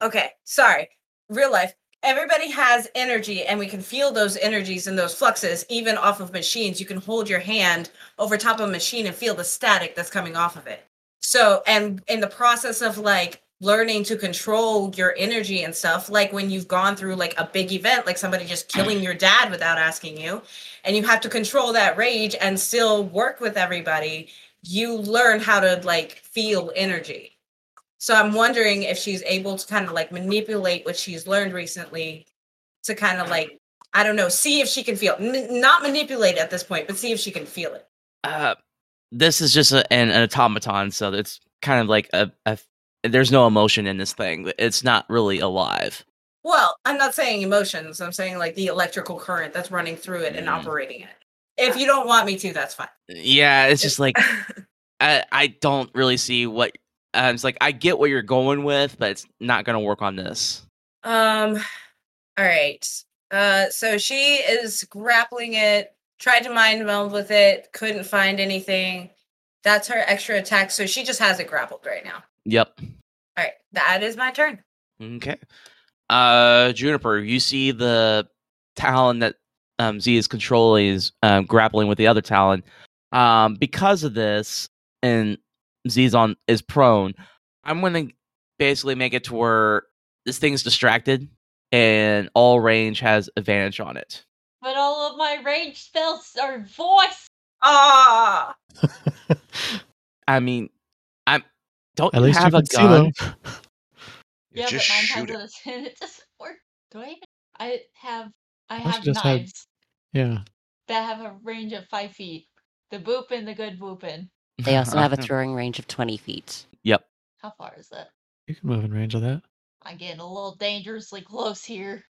Speaker 7: okay sorry real life everybody has energy and we can feel those energies and those fluxes even off of machines you can hold your hand over top of a machine and feel the static that's coming off of it so and in the process of like learning to control your energy and stuff like when you've gone through like a big event like somebody just killing your dad without asking you and you have to control that rage and still work with everybody you learn how to like feel energy so i'm wondering if she's able to kind of like manipulate what she's learned recently to kind of like i don't know see if she can feel n- not manipulate at this point but see if she can feel it
Speaker 3: Uh, this is just a, an, an automaton, so it's kind of like a, a. There's no emotion in this thing. It's not really alive.
Speaker 7: Well, I'm not saying emotions. I'm saying like the electrical current that's running through it and
Speaker 3: Mm.
Speaker 7: operating it. If you don't want me to, that's fine.
Speaker 3: Yeah, it's just like I, I don't really see what. Uh, it's like I get what you're going with, but it's not gonna work on this.
Speaker 7: um, all right. Uh, so she is grappling it. Tried to mind meld with it. Couldn't find anything. That's her extra attack. So she just has it grappled right now.
Speaker 3: Yep.
Speaker 7: All right, that is my turn.
Speaker 3: Okay. Uh, Juniper, you see the talon that um, Z is controlling is um, grappling with the other talon. Um, because of this, and Z's on is prone. I'm going to basically make it to where this thing's distracted, and all range has advantage on it.
Speaker 4: But all of my rage spells are voice.
Speaker 7: Ah,
Speaker 3: I mean, I'm don't
Speaker 8: At
Speaker 3: you
Speaker 8: least you
Speaker 3: have a
Speaker 8: can see
Speaker 3: gun?
Speaker 8: them.
Speaker 4: Yeah,
Speaker 2: just
Speaker 4: but
Speaker 2: shoot
Speaker 4: mine
Speaker 2: it.
Speaker 4: has it. It doesn't work. Do I? Even... I have. I
Speaker 8: Why don't
Speaker 4: have
Speaker 8: you just have-
Speaker 4: knives
Speaker 8: Yeah.
Speaker 4: that have a range of five feet. The boop and the good boopin.
Speaker 5: They also have a throwing range of 20 feet.
Speaker 3: yep.
Speaker 4: How far is that?
Speaker 8: You can move in range of that.
Speaker 4: I'm getting a little dangerously close here.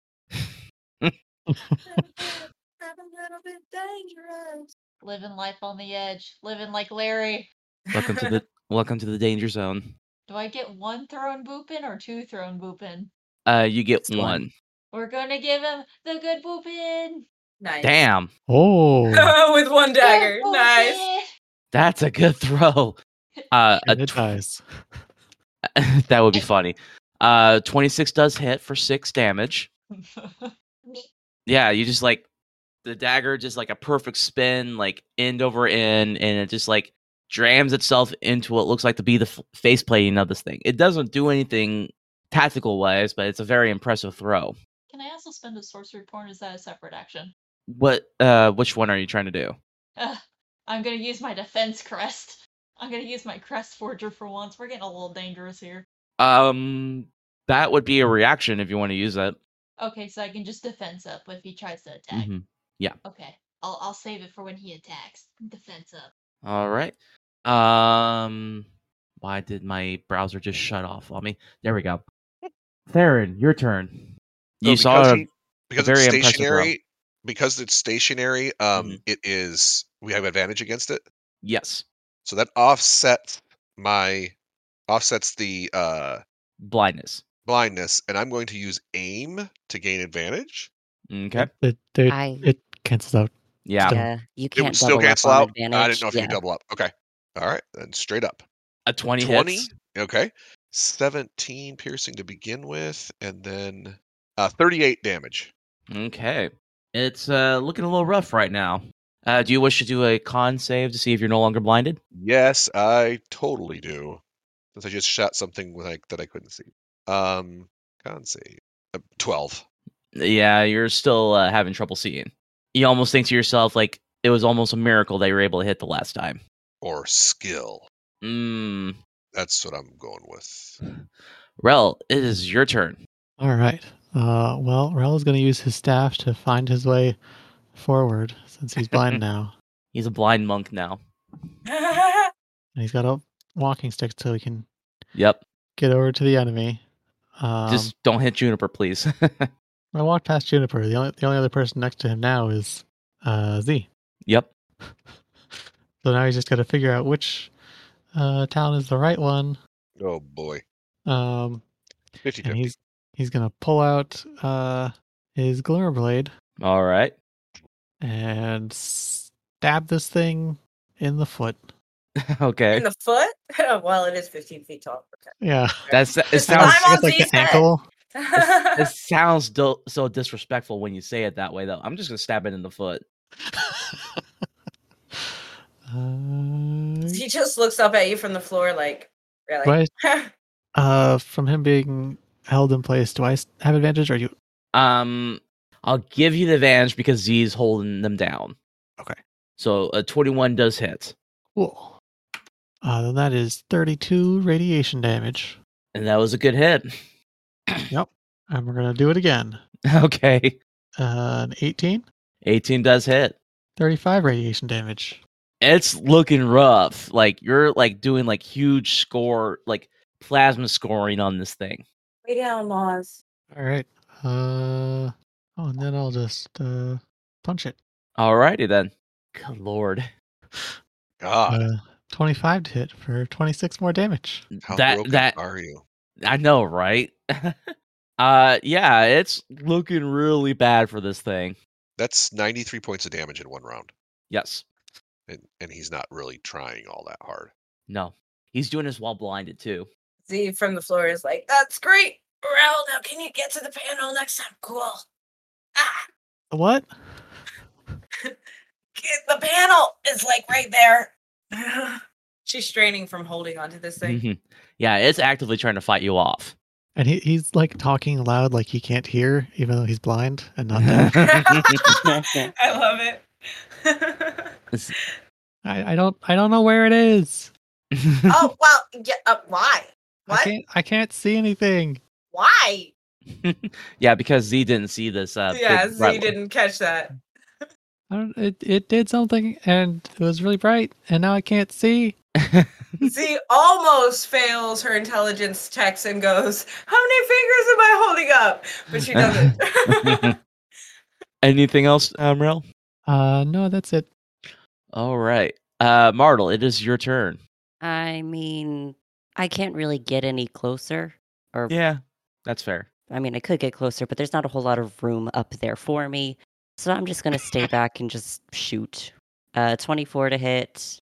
Speaker 7: I'm a little bit dangerous.
Speaker 4: Living life on the edge. Living like Larry.
Speaker 3: Welcome to the welcome to the danger zone.
Speaker 4: Do I get one thrown boopin or two thrown boopin?
Speaker 3: Uh, you get
Speaker 5: Just one.
Speaker 3: one.
Speaker 4: We're gonna give him the good boopin.
Speaker 7: nice.
Speaker 3: Damn,
Speaker 8: Oh,
Speaker 7: With one
Speaker 4: Good
Speaker 7: dagger. Nice.
Speaker 4: boopin!
Speaker 3: that's a good throw. Uh, a
Speaker 8: and it
Speaker 3: tw-
Speaker 8: dies.
Speaker 3: that would be funny. Uh, 26 does hit for six damage. Yeah, you just like the dagger, just like a perfect spin, like end over end, and it just like drams itself into what looks like to be the f- face plating of this thing. It doesn't do anything tactical wise, but it's a very impressive throw.
Speaker 4: Can I also spend a sorcery point? Is that a separate action?
Speaker 3: What? Uh, which one are you trying to do?
Speaker 4: Ugh, I'm gonna use my defense crest. I'm gonna use my crest forger for once. We're getting a little dangerous here.
Speaker 3: Um, that would be a reaction if you want to use that.
Speaker 4: Okay, so I can just defense up if he tries to attack.
Speaker 3: Mhm.
Speaker 4: Okay, I'll I'll save it for when he attacks. Defense up.
Speaker 3: All right. Um, why did my browser just shut off on me? There we go. Theron, your turn.
Speaker 2: So
Speaker 3: You
Speaker 2: Oh,
Speaker 3: saw
Speaker 2: because
Speaker 3: it.
Speaker 2: he- because
Speaker 3: very
Speaker 2: it's
Speaker 3: impressive row.
Speaker 2: stationary. Because it's stationary, um,
Speaker 3: Mhm.
Speaker 2: it is we have advantage against it.
Speaker 3: Yes,
Speaker 2: So that offsets my offsets the uh
Speaker 3: blindness.
Speaker 2: blindness, and I'm going to use aim to gain advantage. Hmm?
Speaker 3: Okay.
Speaker 8: It, they-
Speaker 5: I,
Speaker 8: it cancels out.
Speaker 3: Yeah.
Speaker 5: yeah, you
Speaker 2: It
Speaker 5: can't
Speaker 2: would still
Speaker 5: double up
Speaker 2: cancel
Speaker 5: on
Speaker 2: out. I
Speaker 5: advantage.
Speaker 2: didn't know if
Speaker 5: yeah.
Speaker 2: you double up. Okay. All right, then straight up.
Speaker 3: A 20,
Speaker 2: 20?
Speaker 3: hits.
Speaker 2: Okay. 17 piercing to begin with, and then uh, 38 damage.
Speaker 3: Okay. It's uh looking a little rough right now. Uh, do you wish to do a con save to see if you're no longer blinded?
Speaker 2: Yes, I totally do. Since I just shot something like that I couldn't see. Um, can't see. Uh, 12.
Speaker 3: Yeah, you're still uh, having trouble seeing. You almost think to yourself like it was almost a miracle that you were able to hit the last time.
Speaker 2: Or skill.
Speaker 3: Mm.
Speaker 2: That's what I'm going with.
Speaker 3: Rel, it is your turn.
Speaker 8: All right. Uh, well, Rel is going to use his staff to find his way forward since he's blind now,
Speaker 3: He's a blind monk now.
Speaker 8: and he's got a walking stick so he can
Speaker 3: Yep.
Speaker 8: get over to the enemy. Um,
Speaker 3: Just don't hit Juniper, please.
Speaker 8: I walked past Juniper. The only the only other person next to him now is uh, Z.
Speaker 3: yep.
Speaker 8: So now he's just got to figure out which uh, town is the right one.
Speaker 2: Oh, boy.
Speaker 8: Um,
Speaker 2: 50
Speaker 8: and
Speaker 2: 50.
Speaker 8: he's he's gonna pull out uh, his glimmer blade
Speaker 3: All right.
Speaker 8: and stab this thing in the foot.
Speaker 3: okay.
Speaker 7: In the foot? well, it is 15 feet tall.
Speaker 8: Yeah,
Speaker 3: That's it
Speaker 7: Now
Speaker 8: I
Speaker 3: sounds
Speaker 7: I'm on
Speaker 8: guess, like
Speaker 7: Z's
Speaker 8: the
Speaker 7: head.
Speaker 8: ankle.
Speaker 3: it sounds do- so disrespectful when you say it that way though. I'm just going to stab it in the foot.
Speaker 8: Uh,
Speaker 7: He just looks up at you from the floor, like, really?
Speaker 8: do I Uh, from him being held in place, do I s- have advantage? Or are you?
Speaker 3: Um, I'll give you the advantage because Z's holding them down.
Speaker 8: Okay.
Speaker 3: So a 21 does hit.
Speaker 8: Cool. Uh, then that is 32 radiation damage.
Speaker 3: And that was a good hit.
Speaker 8: And we're gonna do it again.
Speaker 3: okay.
Speaker 8: Uh, an 18,
Speaker 3: 18 does hit.
Speaker 8: 35 radiation damage.
Speaker 3: It's looking rough. Like you're like doing like huge score, like plasma scoring on this thing.
Speaker 7: Way down, Moz.
Speaker 8: All right. Uh, oh, and then I'll just uh punch it.
Speaker 3: Alrighty then. Good lord.
Speaker 2: God, Ah,
Speaker 8: Uh, 25 to hit for 26 more damage.
Speaker 2: how
Speaker 3: that
Speaker 2: broken
Speaker 3: that
Speaker 2: are you?
Speaker 3: I know, right? uh yeah, it's looking really bad for this thing.
Speaker 2: That's 93 points of damage in one round,
Speaker 3: Yes.
Speaker 2: and and he's not really trying all that hard.
Speaker 3: No. He's doing this while blinded too.
Speaker 7: Z from the floor is like, that's great. Raoul, now can you get to the panel next time? Cool. Ah,
Speaker 8: What?
Speaker 7: get, the panel is like right there. She's straining from holding onto this thing.
Speaker 3: Mhm. Yeah, it's actively trying to fight you off.
Speaker 8: And he, he's like talking loud, like he can't hear, even though he's blind and not deaf.
Speaker 7: I love it.
Speaker 8: I, I don't I don't know where it is.
Speaker 7: oh well, yeah, uh, why?
Speaker 8: I
Speaker 7: What?
Speaker 8: can't I can't see anything.
Speaker 7: Why?
Speaker 3: yeah, because Z didn't see this. Uh, big
Speaker 7: yeah, Z
Speaker 3: red one.
Speaker 7: didn't catch that.
Speaker 8: I don't, it it did something and it was really bright and now I can't see.
Speaker 7: Z almost fails her intelligence checks and goes, "How many fingers am I holding up?" But she doesn't.
Speaker 3: Anything else, Amril?
Speaker 8: Uh no, that's it.
Speaker 3: All right, uh, Martel, it is your turn.
Speaker 5: I mean, I can't really get any closer. Or
Speaker 3: Yeah, that's fair.
Speaker 5: I mean, I could get closer, but there's not a whole lot of room up there for me. So I'm just going to stay back and just shoot. Uh, 24 to hit,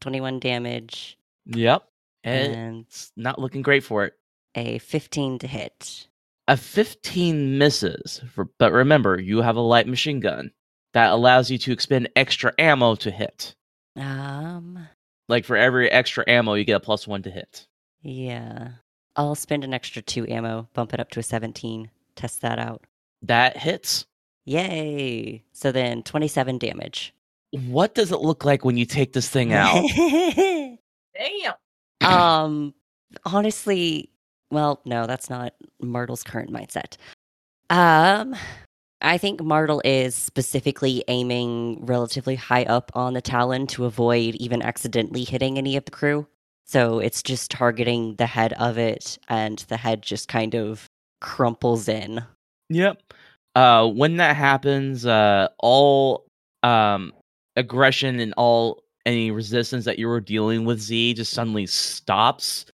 Speaker 5: 21 damage,
Speaker 3: Yep, and
Speaker 5: and
Speaker 3: it's not looking great for it.
Speaker 5: a 15 to hit.
Speaker 3: A fifteen misses, for, but remember you have a light machine gun that allows you to expend extra ammo to hit.
Speaker 5: Um,
Speaker 3: Like for every extra ammo, you get a plus one to hit.
Speaker 5: yeah. I'll spend an extra two ammo, bump it up to a 17, test that out.
Speaker 3: That hits.
Speaker 5: Yay! So then 27 damage.
Speaker 3: What does it look like when you take this thing out?
Speaker 7: Damn.
Speaker 5: um honestly well no that's not martle's current mindset um i think martle is specifically aiming relatively high up on the talon to avoid even accidentally hitting any of the crew so it's just targeting the head of it and the head just kind of crumples in
Speaker 3: Yep. Uh, when that happens, uh, all um, aggression and all any resistance that you were dealing with Z just suddenly stops,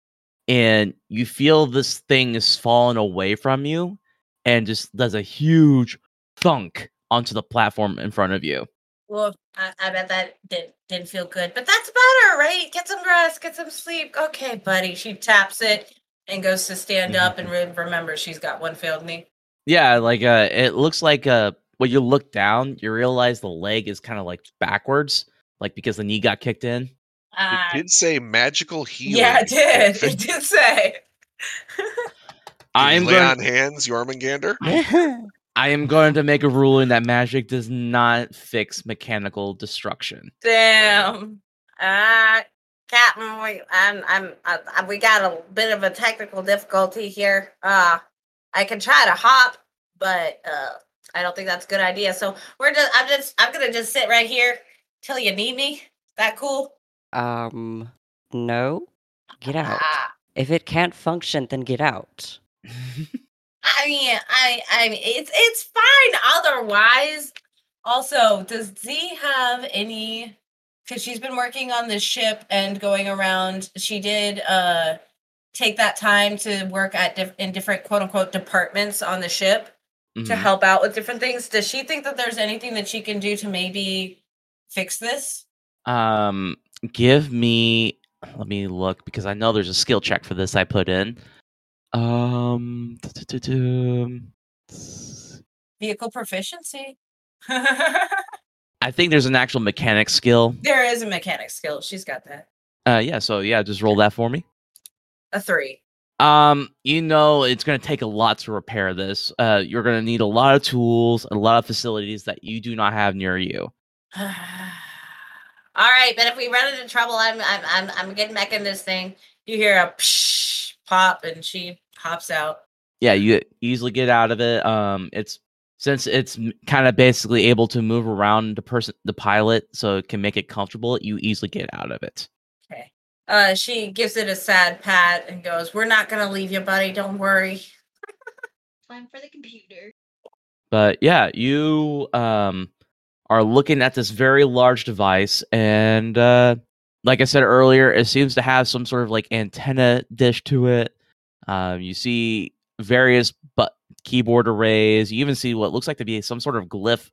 Speaker 3: and you feel this thing is falling away from you, and just does a huge thunk onto the platform in front of you.
Speaker 7: Well, I, I bet that did, didn't feel good, but that's better, right? Get some rest, get some sleep. Okay, buddy. She taps it and goes to stand up
Speaker 2: Mm-hmm.
Speaker 7: and re- remember she's got one failed knee.
Speaker 3: Yeah, like uh, it looks like uh, when you look down, you realize the leg is kind of like backwards, like because the knee got kicked in.
Speaker 2: It
Speaker 7: Uh,
Speaker 2: did say magical healing.
Speaker 7: yeah, it did. It did say.
Speaker 2: I'm
Speaker 3: I'm
Speaker 2: lay
Speaker 3: going.
Speaker 2: on hands, Jormungandr.
Speaker 3: I am going to make a ruling that magic does not fix mechanical destruction.
Speaker 7: Damn. Uh, Captain, we, I'm, I'm, I, I, we got a bit of a technical difficulty here. Uh, I can try to hop, but uh, I don't think that's a good idea. So we're just, I'm just, I'm gonna just sit right here till you need me. That cool?
Speaker 5: um no get out
Speaker 7: Ah,
Speaker 5: if it can't function then get out
Speaker 7: I mean, I, I mean, it's, it's fine otherwise. Also, does Z have any? Because she's been working on this ship and going around. She did uh take that time to work at diff- in different quote unquote departments on the ship to
Speaker 3: Mhm.
Speaker 7: help out with different things. Does she think that there's anything that she can do to maybe fix this?
Speaker 3: Um, give me. Let me look because I know there's a skill check for this I put in. Um,
Speaker 7: Vehicle proficiency.
Speaker 3: I think there's an actual mechanic skill.
Speaker 7: there is a mechanic skill. She's got that.
Speaker 3: Uh, yeah. So yeah, just roll that for me.
Speaker 7: A three.
Speaker 3: Um, you know, it's going to take a lot to repair this. Uh, you're going to need a lot of tools and a lot of facilities that you do not have near you.
Speaker 7: All right, but if we run into trouble, I'm I'm I'm I'm getting back in this thing. You hear a psh, pop, and she pops out.
Speaker 3: Yeah, you easily get out of it. Um, it's since it's kind of basically able to move around the person, the pilot, so it can make it comfortable. You easily get out of it.
Speaker 7: Uh, she gives it a sad pat and goes, "We're not gonna leave you, buddy. Don't worry."
Speaker 4: Time for the computer.
Speaker 3: But yeah, you um are looking at this very large device, and uh, like I said earlier, it seems to have some sort of like antenna dish to it. Um, you see various but keyboard arrays. You even see what looks like to be some sort of glyph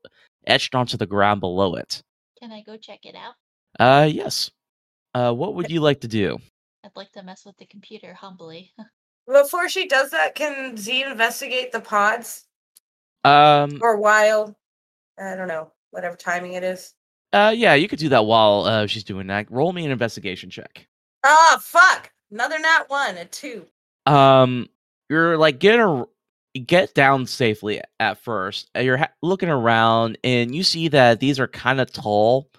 Speaker 3: etched onto the ground below it.
Speaker 4: Can I go check it out?
Speaker 3: Uh, yes. Uh, what would you like to do?
Speaker 4: I'd like to mess with the computer humbly.
Speaker 7: Before she does that, can Z investigate the pods
Speaker 3: Um,
Speaker 7: for a while? I don't know, whatever timing it is.
Speaker 3: uh, yeah, you could do that while uh, she's doing that. Roll me an investigation check.
Speaker 7: Oh fuck! Another not one, a two.
Speaker 3: Um, you're like getting a, get down safely at first. and You're ha- looking around and you see that these are kind of tall,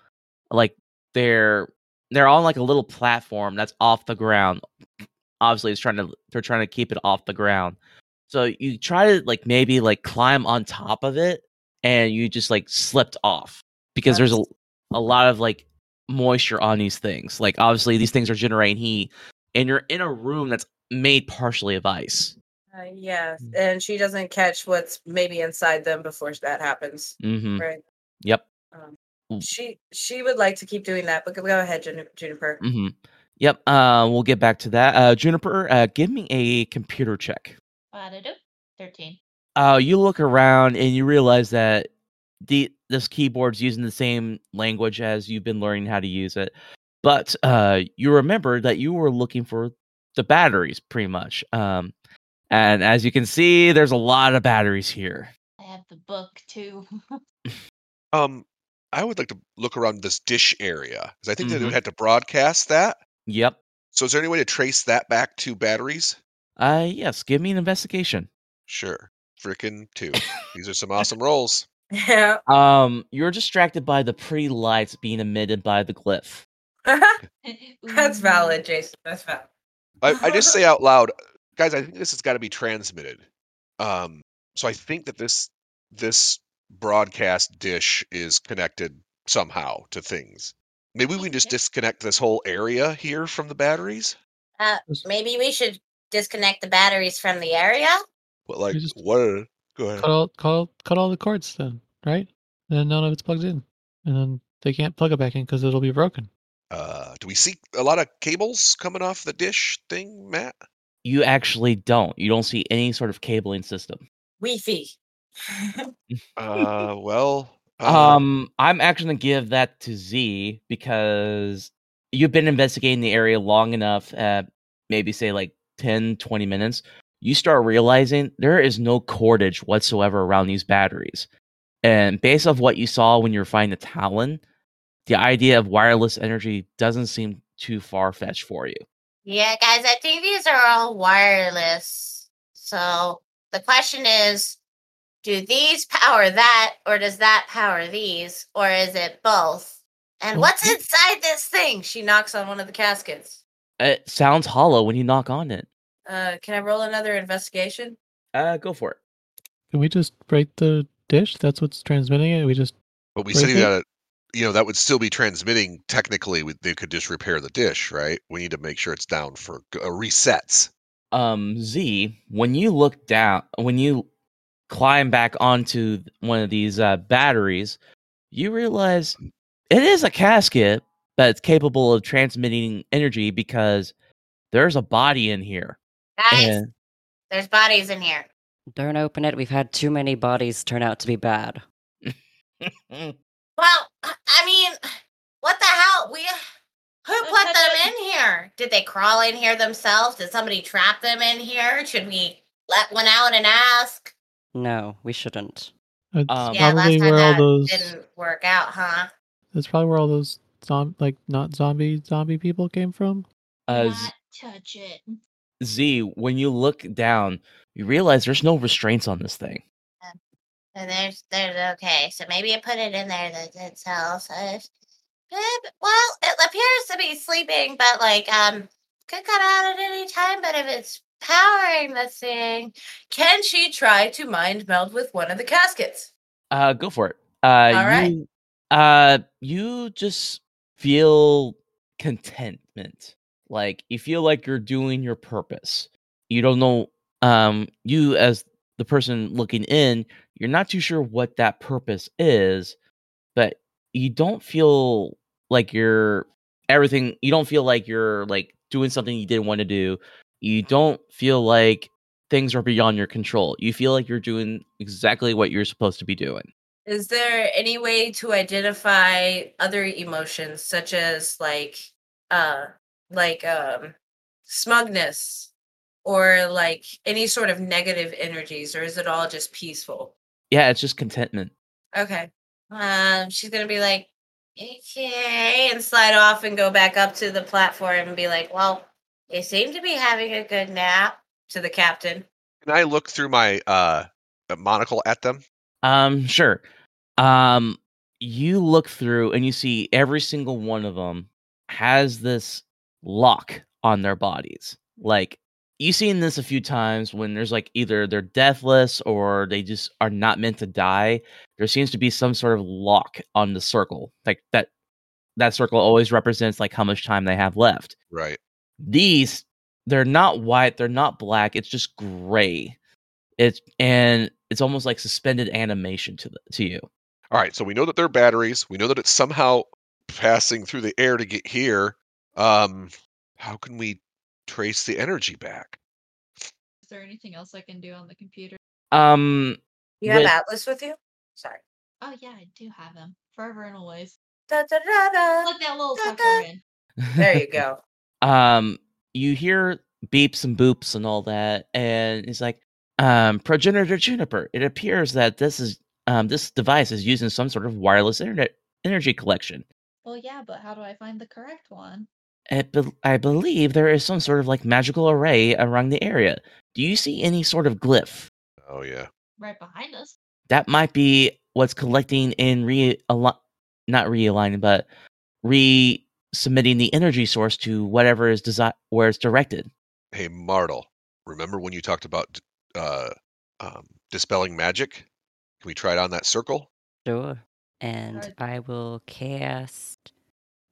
Speaker 3: like they're they're on like a little platform that's off the ground. Obviously, it's trying to they're trying to keep it off the ground. So you try to like maybe like climb on top of it, and you just like slipped off because there's a a lot of like moisture on these things. Like obviously these things are generating heat, and you're in a room that's made partially of ice.
Speaker 7: Uh, yeah,
Speaker 3: Hmm.
Speaker 7: and she doesn't catch what's maybe inside them before that happens.
Speaker 3: hmm
Speaker 7: Right? Um,
Speaker 3: Yep. Mm.
Speaker 7: She she would like to keep doing that, but go ahead, Juni- Juniper.
Speaker 3: hmm Yep. Uh, we'll get back to that. Uh, Juniper, uh, give me a computer check.
Speaker 4: What do? Thirteen.
Speaker 3: Uh, you look around and you realize that the this keyboard's using the same language as you've been learning how to use it, but uh, you remember that you were looking for the batteries pretty much. Um, and as you can see, there's a lot of batteries here.
Speaker 4: I have the book too.
Speaker 2: Um, I would like to look around this dish area because I think they
Speaker 3: Mhm.
Speaker 2: would have to broadcast that.
Speaker 3: Yep.
Speaker 2: So, is there any way to trace that back to batteries?
Speaker 3: Uh, yes. Give me an investigation.
Speaker 2: Sure, freaking two. These are some awesome rolls.
Speaker 7: Yeah.
Speaker 3: Um, you're distracted by the pretty lights being emitted by the glyph.
Speaker 7: That's
Speaker 4: Ooh.
Speaker 7: valid, Jason. That's valid.
Speaker 2: I, I just say out loud, guys. I think this has got to be transmitted. Um, so I think that this this broadcast dish is connected somehow to things. Maybe we can just
Speaker 4: Okay.
Speaker 2: disconnect this whole area here from the batteries.
Speaker 7: Maybe we should disconnect the batteries from the area.
Speaker 2: But like,
Speaker 8: We just-
Speaker 2: what? Are, go ahead.
Speaker 8: Cut all, cut all, cut all the cords then, right? Then none of it's plugged in, and then they can't plug it back in because it'll be broken.
Speaker 2: Uh, do we see a lot of cables coming off the dish thing, Matt?
Speaker 3: You actually don't. You don't see any sort of cabling system.
Speaker 7: Wi-Fi.
Speaker 2: Uh, well, uh,
Speaker 3: Um, I'm actually gonna give that to Z because you've been investigating the area long enough, uh, maybe say like 10, 20 minutes. You start realizing there is no cordage whatsoever around these batteries. And based off what you saw when you were finding the Talon, the idea of wireless energy doesn't seem too far fetched for you.
Speaker 6: Yeah, guys, I think these are all wireless. So the question is do these power that, or does that power these, or is it both? And
Speaker 8: Well,
Speaker 6: what's
Speaker 8: thi-
Speaker 6: inside this thing?
Speaker 7: She knocks on one of the caskets.
Speaker 3: It sounds hollow when you knock on it.
Speaker 7: Uh, can I roll another investigation?
Speaker 3: Uh, go for it.
Speaker 8: Can we just break the dish? That's what's transmitting it. We just
Speaker 2: but we
Speaker 8: Right
Speaker 2: said you
Speaker 8: there.
Speaker 2: got you know, that would still be transmitting. Technically, we, they could just repair the dish, right? We need to make sure it's down for g- uh, resets.
Speaker 3: um Z, when you look down, when you climb back onto th- one of these uh, batteries, you realize it is a casket, but it's capable of transmitting energy because there's a body in here.
Speaker 6: Guys,
Speaker 3: And-
Speaker 6: there's bodies in here.
Speaker 5: Don't open it. We've had too many bodies turn out to be bad.
Speaker 3: Uh,
Speaker 6: Well, I mean, what the hell? We who
Speaker 4: Don't
Speaker 6: put
Speaker 4: touch
Speaker 6: them
Speaker 4: it.
Speaker 6: in here? Did they crawl in here themselves? Did somebody trap them in here? Should we let one out and ask?
Speaker 5: No, we shouldn't.
Speaker 8: it's
Speaker 3: Um,
Speaker 6: yeah, last
Speaker 8: uh, probably
Speaker 6: time
Speaker 8: where all
Speaker 6: that
Speaker 8: those
Speaker 6: didn't work out, huh?
Speaker 8: that's probably where all those zom- like not zombie zombie people came from.
Speaker 3: uh, Z-
Speaker 4: Not touch it.
Speaker 3: Z, when you look down, you realize there's no restraints on this thing.
Speaker 6: And there's there's okay. So maybe I put it in there that itself. So it's- eh, but- well, it appears to be sleeping, but like um could cut out at any time, but if it's powering the thing
Speaker 7: Can she try to mind meld with one of the caskets?
Speaker 3: Uh, go for it. Uh,
Speaker 7: All right.
Speaker 3: You, uh, you just feel contentment. Like you feel like you're doing your purpose. You don't know. Um, you as the person looking in, you're not too sure what that purpose is, but you don't feel like you're everything. You don't feel like you're like doing something you didn't want to do. You don't feel like things are beyond your control. You feel like you're doing exactly what you're supposed to be doing.
Speaker 7: Is there any way to identify other emotions such as like uh like um smugness or like any sort of negative energies or is it all just peaceful?
Speaker 3: Yeah, it's just contentment.
Speaker 7: Okay. Um she's going to be like okay and slide off and go back up to the platform and be like, "Well,
Speaker 6: you seem to be having a good nap.
Speaker 7: to the captain."
Speaker 2: Can I look through my uh, monocle at them?
Speaker 3: Um, sure. Um, you look through and you see every single one of them has this lock on their bodies. Like you've seen this a few times when there's like either they're deathless or they just are not meant to die. There seems to be some sort of lock on the circle. Like that that circle always represents like how much time they have left.
Speaker 2: Right.
Speaker 3: these they're not white they're not black it's just gray it's and it's almost like suspended animation to the, to you
Speaker 2: All right. So we know that they're batteries. We know that it's somehow passing through the air to get here. Um, how can we trace the energy back?
Speaker 4: Is there anything else I can do on the computer?
Speaker 3: um
Speaker 7: You have
Speaker 3: With-
Speaker 7: Atlas with you? Sorry.
Speaker 4: Oh yeah, I do have them. Forever and always.
Speaker 7: Da, da, da, da.
Speaker 4: Plug that little
Speaker 7: da,
Speaker 4: sucker
Speaker 7: da.
Speaker 4: in.
Speaker 7: There you go.
Speaker 3: um you hear beeps and boops and all that and it's like um progenitor juniper it appears that this is um this device is using some sort of wireless internet energy collection
Speaker 4: Well, yeah, but how do I find the correct one?
Speaker 3: I, bel I believe there is some sort of like magical array around the area do you see any sort of glyph
Speaker 2: Oh yeah.
Speaker 4: Right behind us.
Speaker 3: that might be what's collecting and realign not realigning but resubmitting the energy source to whatever is desi- where it's directed
Speaker 2: Hey, Martle. Remember when you talked about uh, um, dispelling magic? Can we try it on that circle?
Speaker 5: Sure. And
Speaker 4: Alright.
Speaker 5: I will cast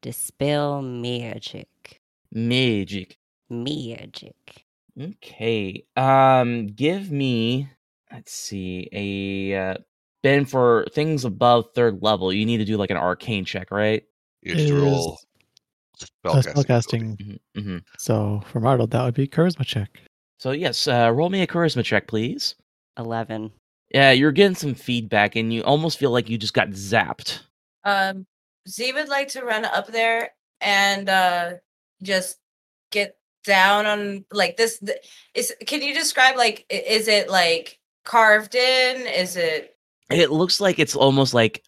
Speaker 5: Dispel Magic.
Speaker 3: magic
Speaker 5: Magic.
Speaker 3: okay um give me let's see a uh, ben for things above third level you need to do like an arcane check right
Speaker 2: You just roll
Speaker 8: Is-
Speaker 2: spellcasting.
Speaker 8: uh,
Speaker 2: ability.
Speaker 8: spellcasting.
Speaker 3: hmm hmm
Speaker 8: So for Martle, that would be charisma check.
Speaker 3: so yes uh, roll me a charisma check please
Speaker 5: 11.
Speaker 3: yeah you're getting some feedback and you almost feel like you just got zapped
Speaker 7: Um, Z would like to run up there and uh just get down on like this. th- Is can you describe like i- is it like carved in? Is it
Speaker 3: it looks like it's almost like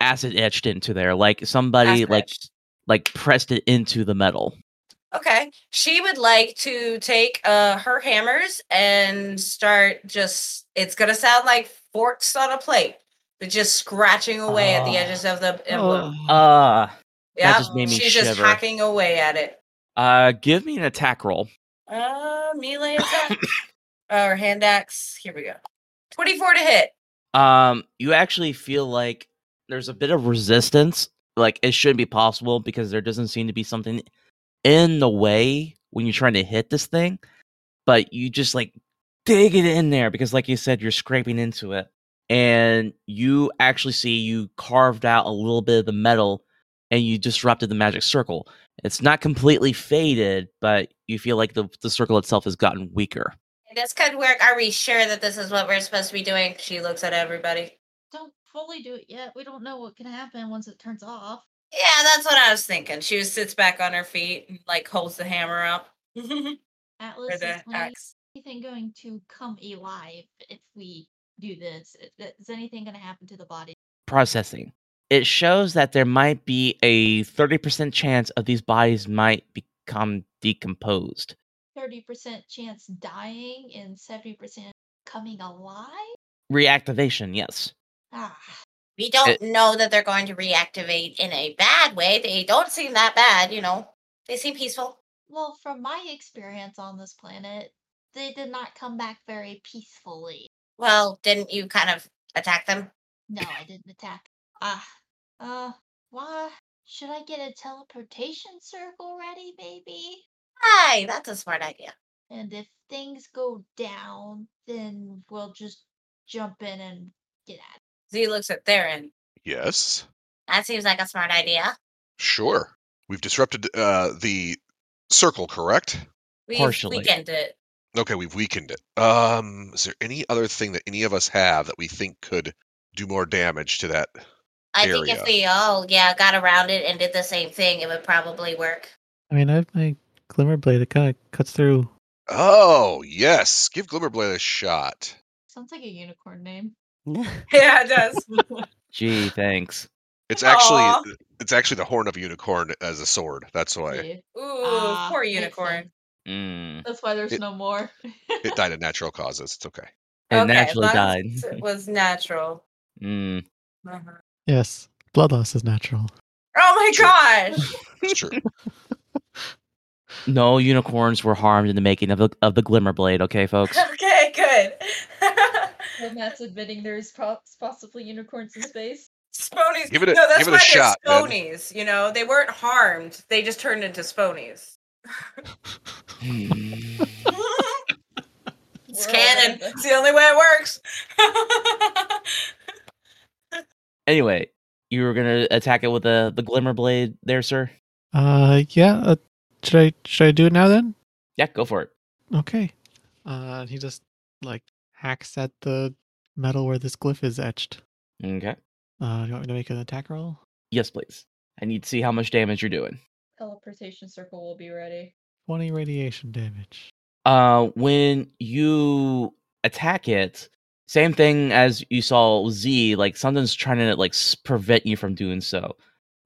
Speaker 3: acid etched into there like somebody
Speaker 7: Acid
Speaker 3: like
Speaker 7: etched.
Speaker 3: like pressed it into the metal
Speaker 7: okay? She would like to take uh her hammers and start just. It's gonna sound like forks on a plate, but just scratching away at the
Speaker 3: Ah.
Speaker 7: edges of the emblem.
Speaker 3: uh
Speaker 7: yeah,
Speaker 3: just made me
Speaker 7: she's just
Speaker 3: shiver.
Speaker 7: hacking away at it.
Speaker 3: uh give me an attack roll
Speaker 7: Uh, melee attack or hand axe. Here we go. Twenty-four to hit.
Speaker 3: um you actually feel like there's a bit of resistance like it shouldn't be possible because there doesn't seem to be something in the way when you're trying to hit this thing but you just like dig it in there because like you said you're scraping into it and you actually see you carved out a little bit of the metal and you disrupted the magic circle it's not completely faded but you feel like the, the circle itself has gotten weaker
Speaker 6: This could work. Are we sure that this is what we're supposed to be doing?
Speaker 7: She looks at everybody.
Speaker 4: Don't fully do it yet. We don't know what can happen once it turns off.
Speaker 7: Yeah, that's what I was thinking. She just sits back on her feet and like holds the hammer up. or
Speaker 4: Atlas is
Speaker 7: the
Speaker 4: only
Speaker 7: axe.
Speaker 4: anything going to come alive if we do this? I- i- Is anything going to happen to the body?
Speaker 3: processing it shows that there might be a 30% chance of these bodies might become decomposed
Speaker 4: 30% chance dying and 70% coming alive?
Speaker 3: Reactivation, yes.
Speaker 4: Ah,
Speaker 6: We don't
Speaker 3: It-
Speaker 6: know that they're going to reactivate in a bad way. They don't seem that bad, you know. They seem peaceful.
Speaker 4: well, from my experience on this planet, they did not come back very peacefully.
Speaker 6: Well, didn't you kind of attack them?
Speaker 4: No, I didn't attack. Ah, uh, why? Should I get a teleportation circle ready, maybe?
Speaker 6: Hey, that's a smart idea.
Speaker 4: And if things go down, then we'll just jump in and get out.
Speaker 7: Z looks at Theron.
Speaker 2: Yes.
Speaker 6: That seems like a smart idea.
Speaker 2: Sure. We've disrupted uh, the circle, correct?
Speaker 7: We
Speaker 3: Partially.
Speaker 7: weakened it.
Speaker 2: Okay, we've weakened it. Um, is there any other thing that any of us have that we think could do more damage to that?
Speaker 6: I think
Speaker 2: Area.
Speaker 6: if we all, yeah, got around it and did the same thing, it would probably work.
Speaker 8: I mean, I have my glimmer blade. It kind of cuts through.
Speaker 2: Oh yes, give Glimmerblade a shot.
Speaker 4: Sounds like a unicorn name.
Speaker 7: Yeah, it does.
Speaker 3: Gee, thanks.
Speaker 2: It's actually
Speaker 7: Aw.
Speaker 2: it's actually the horn of a unicorn as a sword. That's why
Speaker 4: Yeah.
Speaker 7: Ooh,
Speaker 4: Ah,
Speaker 7: poor
Speaker 4: makes
Speaker 7: unicorn.
Speaker 4: sense.
Speaker 3: Mm.
Speaker 4: That's why there's
Speaker 2: It-
Speaker 4: no more.
Speaker 2: it died of natural causes. It's okay.
Speaker 3: It
Speaker 7: Okay, as
Speaker 3: naturally
Speaker 7: long
Speaker 3: died.
Speaker 7: as It was natural.
Speaker 3: Mm.
Speaker 7: Uh-huh.
Speaker 8: Yes, blood loss is natural.
Speaker 7: Oh my gosh.
Speaker 2: It's true.
Speaker 3: No unicorns were harmed in the making of the, of the Glimmer Blade, okay, folks?
Speaker 7: okay, good.
Speaker 4: Well, Matt's admitting there's possibly unicorns in space.
Speaker 7: Sponies.
Speaker 2: Give it a-
Speaker 7: no, that's
Speaker 2: give it a
Speaker 7: why they're
Speaker 2: shot, man.
Speaker 7: sponies. You know, they weren't harmed. They just turned into sponies.
Speaker 3: Mm.
Speaker 6: It's canon.
Speaker 7: It's the only way it works.
Speaker 3: anyway, you were gonna attack it with the the glimmer blade there, sir?
Speaker 8: Uh, yeah. Uh, should I should I do it now then?
Speaker 3: Yeah, go for it.
Speaker 8: Okay. Uh, he just like hacks at the metal where this glyph is etched.
Speaker 3: Okay.
Speaker 8: Uh, do you want me to make an attack roll?
Speaker 3: Yes, please. I need to see how much damage you're doing.
Speaker 4: Teleportation circle will be ready.
Speaker 8: Twenty radiation damage.
Speaker 3: Uh when you attack it, same thing as you saw Z, like something's trying to like s- prevent you from doing so.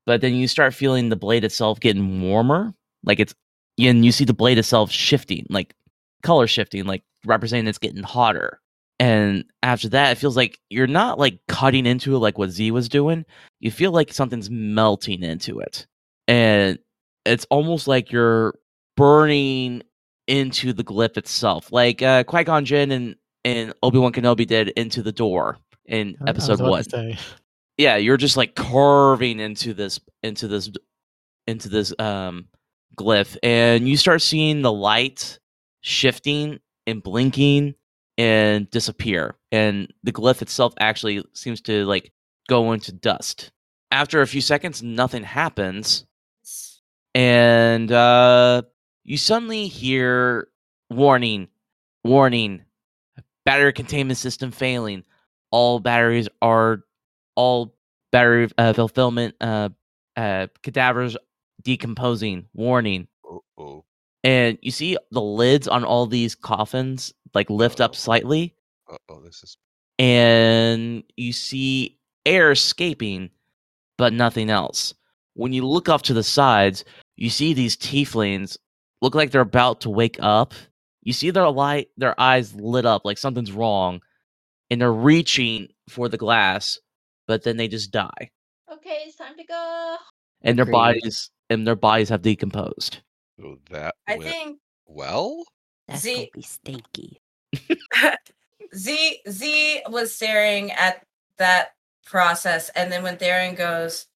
Speaker 3: But then you start feeling the blade itself getting warmer, like it's and you see the blade itself shifting, like color shifting, like representing it's getting hotter. And after that, it feels like you're not like cutting into it like what Z was doing. You feel like something's melting into it. And it's almost like you're burning into the glyph itself, like uh, Qui Gon Jinn and, and Obi Wan Kenobi did into the door in
Speaker 8: I- I Oh, was
Speaker 3: episode
Speaker 8: about to
Speaker 3: one.
Speaker 8: say.
Speaker 3: Yeah, you're just like carving into this, into this, into this um glyph, and you start seeing the light shifting and blinking and disappear, and the glyph itself actually seems to like go into dust. After a few seconds, nothing happens and uh, you suddenly hear warning, warning, battery containment system failing. All batteries are, all battery uh, fulfillment uh, uh, cadavers decomposing. Warning,
Speaker 2: Oh,
Speaker 3: and you see the lids on all these coffins like lift
Speaker 2: Oh.
Speaker 3: up slightly,
Speaker 2: oh, this is
Speaker 3: and you see air escaping, but nothing else. When you look off to the sides, you see these tieflings look like they're about to wake up. You see their light, their eyes lit up like something's wrong, and they're reaching for the glass, but then they just die,
Speaker 4: Okay, it's time to go.
Speaker 3: and their
Speaker 5: Agreed.
Speaker 3: bodies and their bodies have decomposed.
Speaker 2: oh, that
Speaker 7: I
Speaker 2: went
Speaker 7: think
Speaker 2: well.
Speaker 5: That's
Speaker 7: See-
Speaker 5: gonna be stinky.
Speaker 7: Z Z was staring at that process, and then when Theron goes,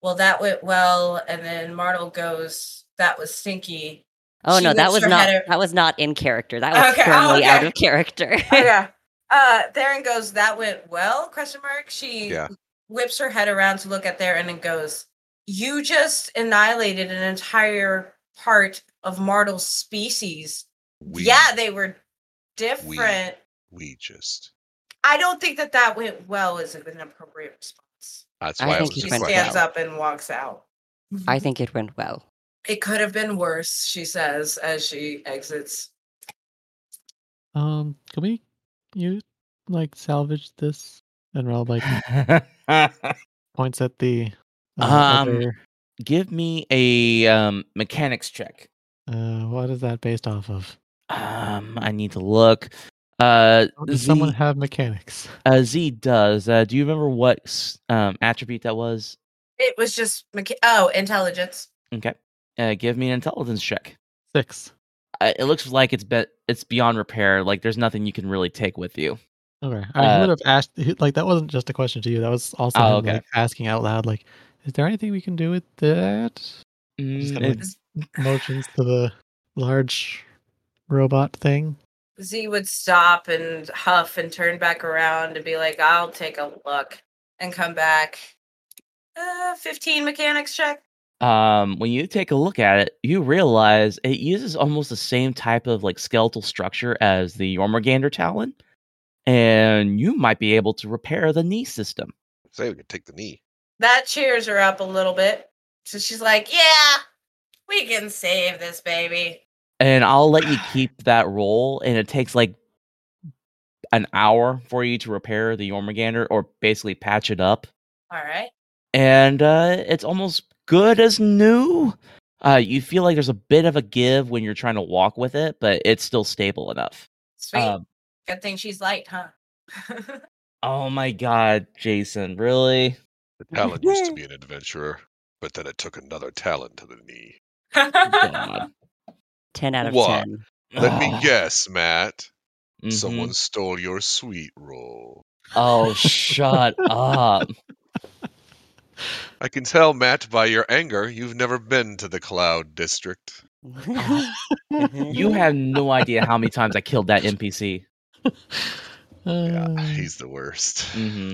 Speaker 7: "Well, that went well," and then Martel goes, "That was stinky."
Speaker 5: Oh
Speaker 7: She
Speaker 5: no, that
Speaker 7: lifts
Speaker 5: was
Speaker 7: her
Speaker 5: not
Speaker 7: head up-
Speaker 5: that was not in character. That was
Speaker 7: Okay, oh,
Speaker 5: firmly out
Speaker 7: okay.
Speaker 5: of character.
Speaker 7: Oh, yeah. Uh, Theron goes, "That went well?" Question mark. She
Speaker 2: Yeah.
Speaker 7: whips her head around to look at Theron and goes, "You just annihilated an entire part of Martel's species.
Speaker 2: We,
Speaker 7: yeah, they were different."
Speaker 2: We just.
Speaker 7: I don't think that that went well is an appropriate response.
Speaker 2: That's
Speaker 5: I
Speaker 2: why I,
Speaker 5: think
Speaker 2: was
Speaker 5: you
Speaker 7: She
Speaker 2: just
Speaker 5: went
Speaker 2: like,
Speaker 7: stands
Speaker 5: well.
Speaker 7: up and walks out.
Speaker 5: I think it went well.
Speaker 7: it could have been worse, she says as she exits.
Speaker 8: Um, can we you like salvage this? And Rob like points at the uh,
Speaker 3: Um,
Speaker 8: other-
Speaker 3: Give me a um, mechanics check.
Speaker 8: Uh, what is that based off of?
Speaker 3: Um, I need to look. Uh,
Speaker 8: Oh, Does
Speaker 3: Z,
Speaker 8: someone have mechanics?
Speaker 3: uh, Z does. Uh, do you remember what s- um, attribute that was?
Speaker 7: It was just mecha- oh intelligence.
Speaker 3: Okay. Uh, give me an intelligence check.
Speaker 8: Six.
Speaker 3: Uh, it looks like it's be- it's beyond repair. Like there's nothing you can really take with you.
Speaker 8: Okay. I mean, he
Speaker 3: Uh,
Speaker 8: would have asked. he- Like that wasn't just a question to you. That was also
Speaker 3: Oh,
Speaker 8: him,
Speaker 3: okay.
Speaker 8: like, asking out loud. Like, is there anything we can do with that? Just
Speaker 3: Mm,
Speaker 8: kinda like
Speaker 3: it-
Speaker 8: motions to the large robot thing.
Speaker 7: Z would stop and huff and turn back around and be like, "I'll take a look," and come back. Uh, fifteen mechanics check.
Speaker 3: um, when you take a look at it, you realize it uses almost the same type of like skeletal structure as the Jormungandr Talon, and you might be able to repair the knee system.
Speaker 2: Say we could take the knee.
Speaker 7: That cheers her up a little bit. So she's like,
Speaker 6: Yeah, we can save this baby.
Speaker 3: and I'll let you keep that roll. And it takes like an hour for you to repair the Jormungandr or basically patch it up.
Speaker 7: "All right."
Speaker 3: And uh, it's almost good as new. Uh, you feel like there's a bit of a give when you're trying to walk with it, but it's still stable enough.
Speaker 7: Sweet.
Speaker 3: Um,
Speaker 7: Good thing she's light, huh?
Speaker 3: oh my god, Jason, really?
Speaker 2: The talent used to be an adventurer, but then it took another talent to the knee.
Speaker 3: God. Oh,
Speaker 5: Ten out of
Speaker 2: What?
Speaker 5: ten.
Speaker 2: Let me
Speaker 7: Ah.
Speaker 3: Ugh.
Speaker 2: guess, Matt.
Speaker 7: Mm-hmm.
Speaker 3: Mhm.
Speaker 2: Someone stole your sweet roll.
Speaker 3: Oh, shut up.
Speaker 2: I can tell, Matt, by your anger, you've never been to the Cloud District.
Speaker 3: Ah, You have no idea how many times I killed that NPC.
Speaker 2: Yeah,
Speaker 7: Mm.
Speaker 8: Uh,
Speaker 2: he's the worst.
Speaker 3: hmm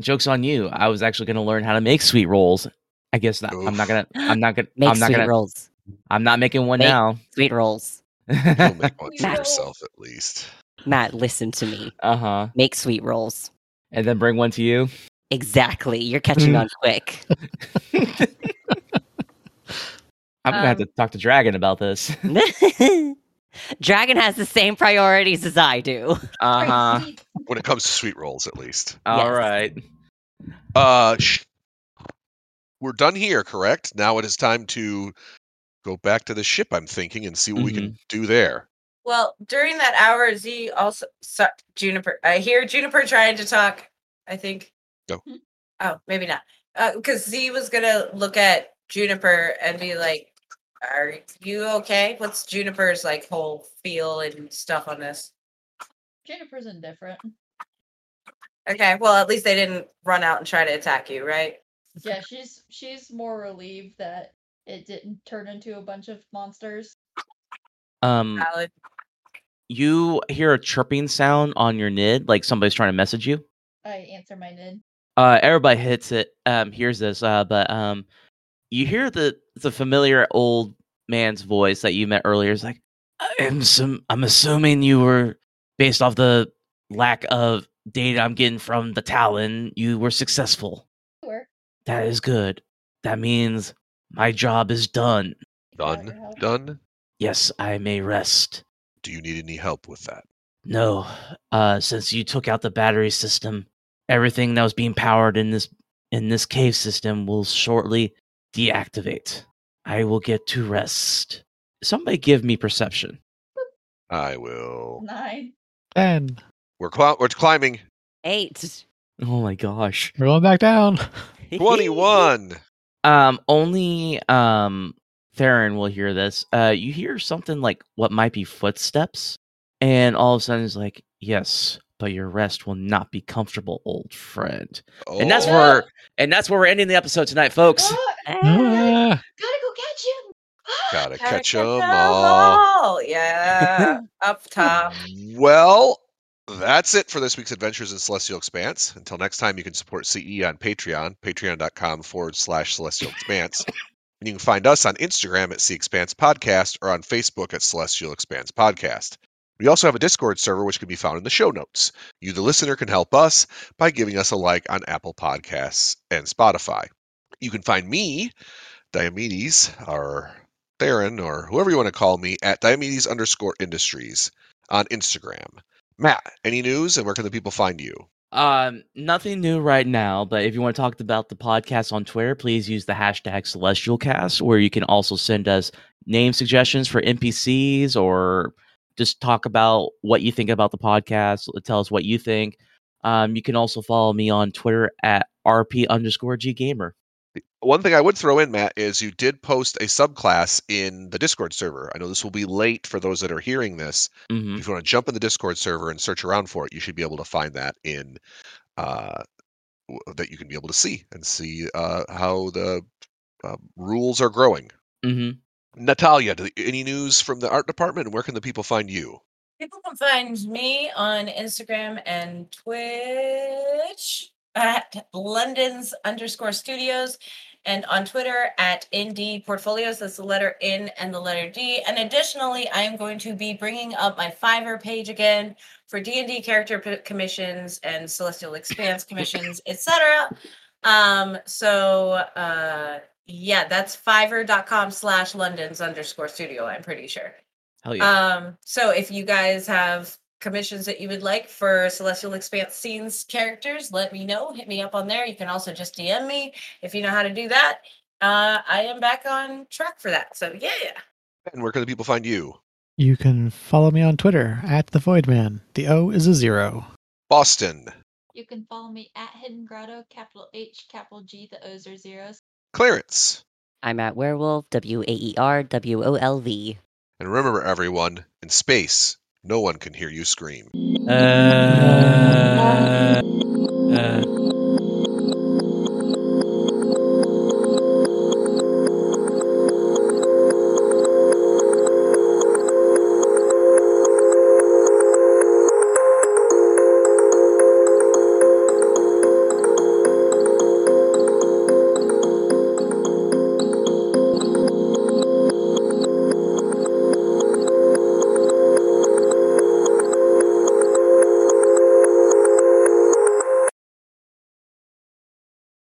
Speaker 3: Jokes on you. I was actually going to learn how to make sweet rolls. I guess not, I'm not
Speaker 2: Oof.
Speaker 3: gonna. I'm not gonna.
Speaker 5: Make
Speaker 3: I'm not
Speaker 5: sweet
Speaker 3: gonna.
Speaker 5: rolls.
Speaker 3: I'm not making one
Speaker 5: Make- Oh
Speaker 3: now.
Speaker 5: Sweet rolls.
Speaker 2: You'll make one for
Speaker 4: Matt.
Speaker 2: yourself, at least.
Speaker 5: Matt, listen to me.
Speaker 3: uh huh.
Speaker 5: Make sweet rolls.
Speaker 3: And then bring one to you.
Speaker 5: Exactly. You're catching on quick.
Speaker 3: I'm gonna have to
Speaker 7: Um,
Speaker 3: talk to Dragon about this.
Speaker 5: Dragon has the same priorities as I do.
Speaker 3: Uh huh.
Speaker 4: Crazy.
Speaker 2: When it comes to sweet rolls, at least.
Speaker 3: All
Speaker 5: Uh-huh. Yes.
Speaker 3: right.
Speaker 2: Uh, sh- we're done here, correct? Now it is time to go back to the ship. I'm thinking and see what we
Speaker 3: Mm-hmm.
Speaker 2: can do there.
Speaker 7: Well, during that hour, Z also so, Juniper. I hear Juniper trying to talk. I think.
Speaker 2: No.
Speaker 7: Oh, maybe not. Because Z was gonna look at Juniper and be like, "Are you okay? What's Juniper's like whole feel and stuff on this?"
Speaker 4: Jennifer's indifferent.
Speaker 7: Okay. Well, at least they didn't run out and try to attack you, right?
Speaker 4: Yeah, she's she's more relieved that it didn't turn into a bunch of monsters.
Speaker 3: Um,
Speaker 7: Valid.
Speaker 3: you hear a chirping sound on your NID, like somebody's trying to message you.
Speaker 4: I answer my nid.
Speaker 3: Uh, everybody hits it. Um, hears this. Uh, but um, you hear the the familiar old man's voice that you met earlier. It's like, I'm some. I'm assuming you were based off the lack of data I'm getting from the Talon. You were successful.
Speaker 4: Sure.
Speaker 3: That is good. That means my job is done.
Speaker 4: if you want your
Speaker 2: Done.
Speaker 4: help.
Speaker 2: Done.
Speaker 3: Yes, I may rest.
Speaker 2: Do you need any help with that?
Speaker 3: No, uh, since you took out the battery system, everything that was being powered in this in this cave system will shortly deactivate. I will get to rest. Somebody give me perception.
Speaker 2: I will.
Speaker 4: Nine.
Speaker 8: Ten.
Speaker 2: We're cl- we're climbing.
Speaker 5: Eight.
Speaker 3: Oh my gosh.
Speaker 8: We're going back down.
Speaker 2: Twenty-one.
Speaker 3: Um, only um Theron will hear this. Uh, you hear something like what might be footsteps, and all of a sudden it's like, yes, but your rest will not be comfortable, old friend.
Speaker 2: Oh,
Speaker 3: And that's
Speaker 4: No.
Speaker 3: where and that's where we're ending the episode tonight, folks.
Speaker 4: Ah,
Speaker 5: Ah.
Speaker 8: Ah,
Speaker 4: gotta go catch him. Ah!
Speaker 2: Oh, gotta
Speaker 7: Gotta
Speaker 2: catch 'em
Speaker 7: catch 'em
Speaker 2: all.
Speaker 7: all. Yeah. Up top.
Speaker 2: Well, that's it for this week's Adventures in Celestial Expanse. Until next time, you can support CE on Patreon, patreon.com forward slash celestial expanse. And you can find us on Instagram at Sea Expanse Podcast or on Facebook at Celestial Expanse Podcast. We also have a Discord server which can be found in the show notes. You, the listener, can help us by giving us a like on Apple Podcasts and Spotify. You can find me, Diomedes, or Theron, or whoever you want to call me, at Diomedes underscore industries on Instagram. Matt, any news and where can the people find you?
Speaker 3: Um, nothing new right now, but if you want to talk about the podcast on Twitter, please use the hashtag CelestialCast, or you can also send us name suggestions for NPCs or just talk about what you think about the podcast. Tell us what you think. Um, you can also follow me on Twitter at RP underscore G gamer.
Speaker 2: One thing I would throw in, Matt, is you did post a subclass in the Discord server. I know this will be late for those that are hearing this.
Speaker 3: Mhm.
Speaker 2: If you want to jump in the Discord server and search around for it, you should be able to find that in uh, w- that you can be able to see and see uh, how the uh, rules are growing.
Speaker 3: Mhm.
Speaker 2: Natalia, do- any news from the art department? Where can the people find you?
Speaker 6: People can find me on Instagram and Twitch at London's underscore studios and on Twitter at ND Portfolios. That's the letter N and the letter D. And additionally, I am going to be bringing up my Fiverr page again for D&D character p- commissions and Celestial Expanse commissions, etc. Um, so uh, yeah, that's fiverr.com slash London's underscore studio, I'm pretty sure.
Speaker 3: Hell yeah.
Speaker 6: Um, so if you guys have commissions that you would like for Celestial Expanse scenes characters, let me know. Hit me up on there. You can also just DM me if you know how to do that. Uh, I am back on track for that. So yeah,
Speaker 2: And where can the people find you?
Speaker 8: You can follow me on Twitter at the Voidman. The O is a zero.
Speaker 2: Boston,
Speaker 4: You can follow me at Hidden Grotto, capital H, capital G, the O's are zeros.
Speaker 2: Clarence.
Speaker 5: I'm at Werewolf, W A E R W O L V.
Speaker 2: And remember, everyone, in space, no one can hear you scream.
Speaker 3: Uh, uh,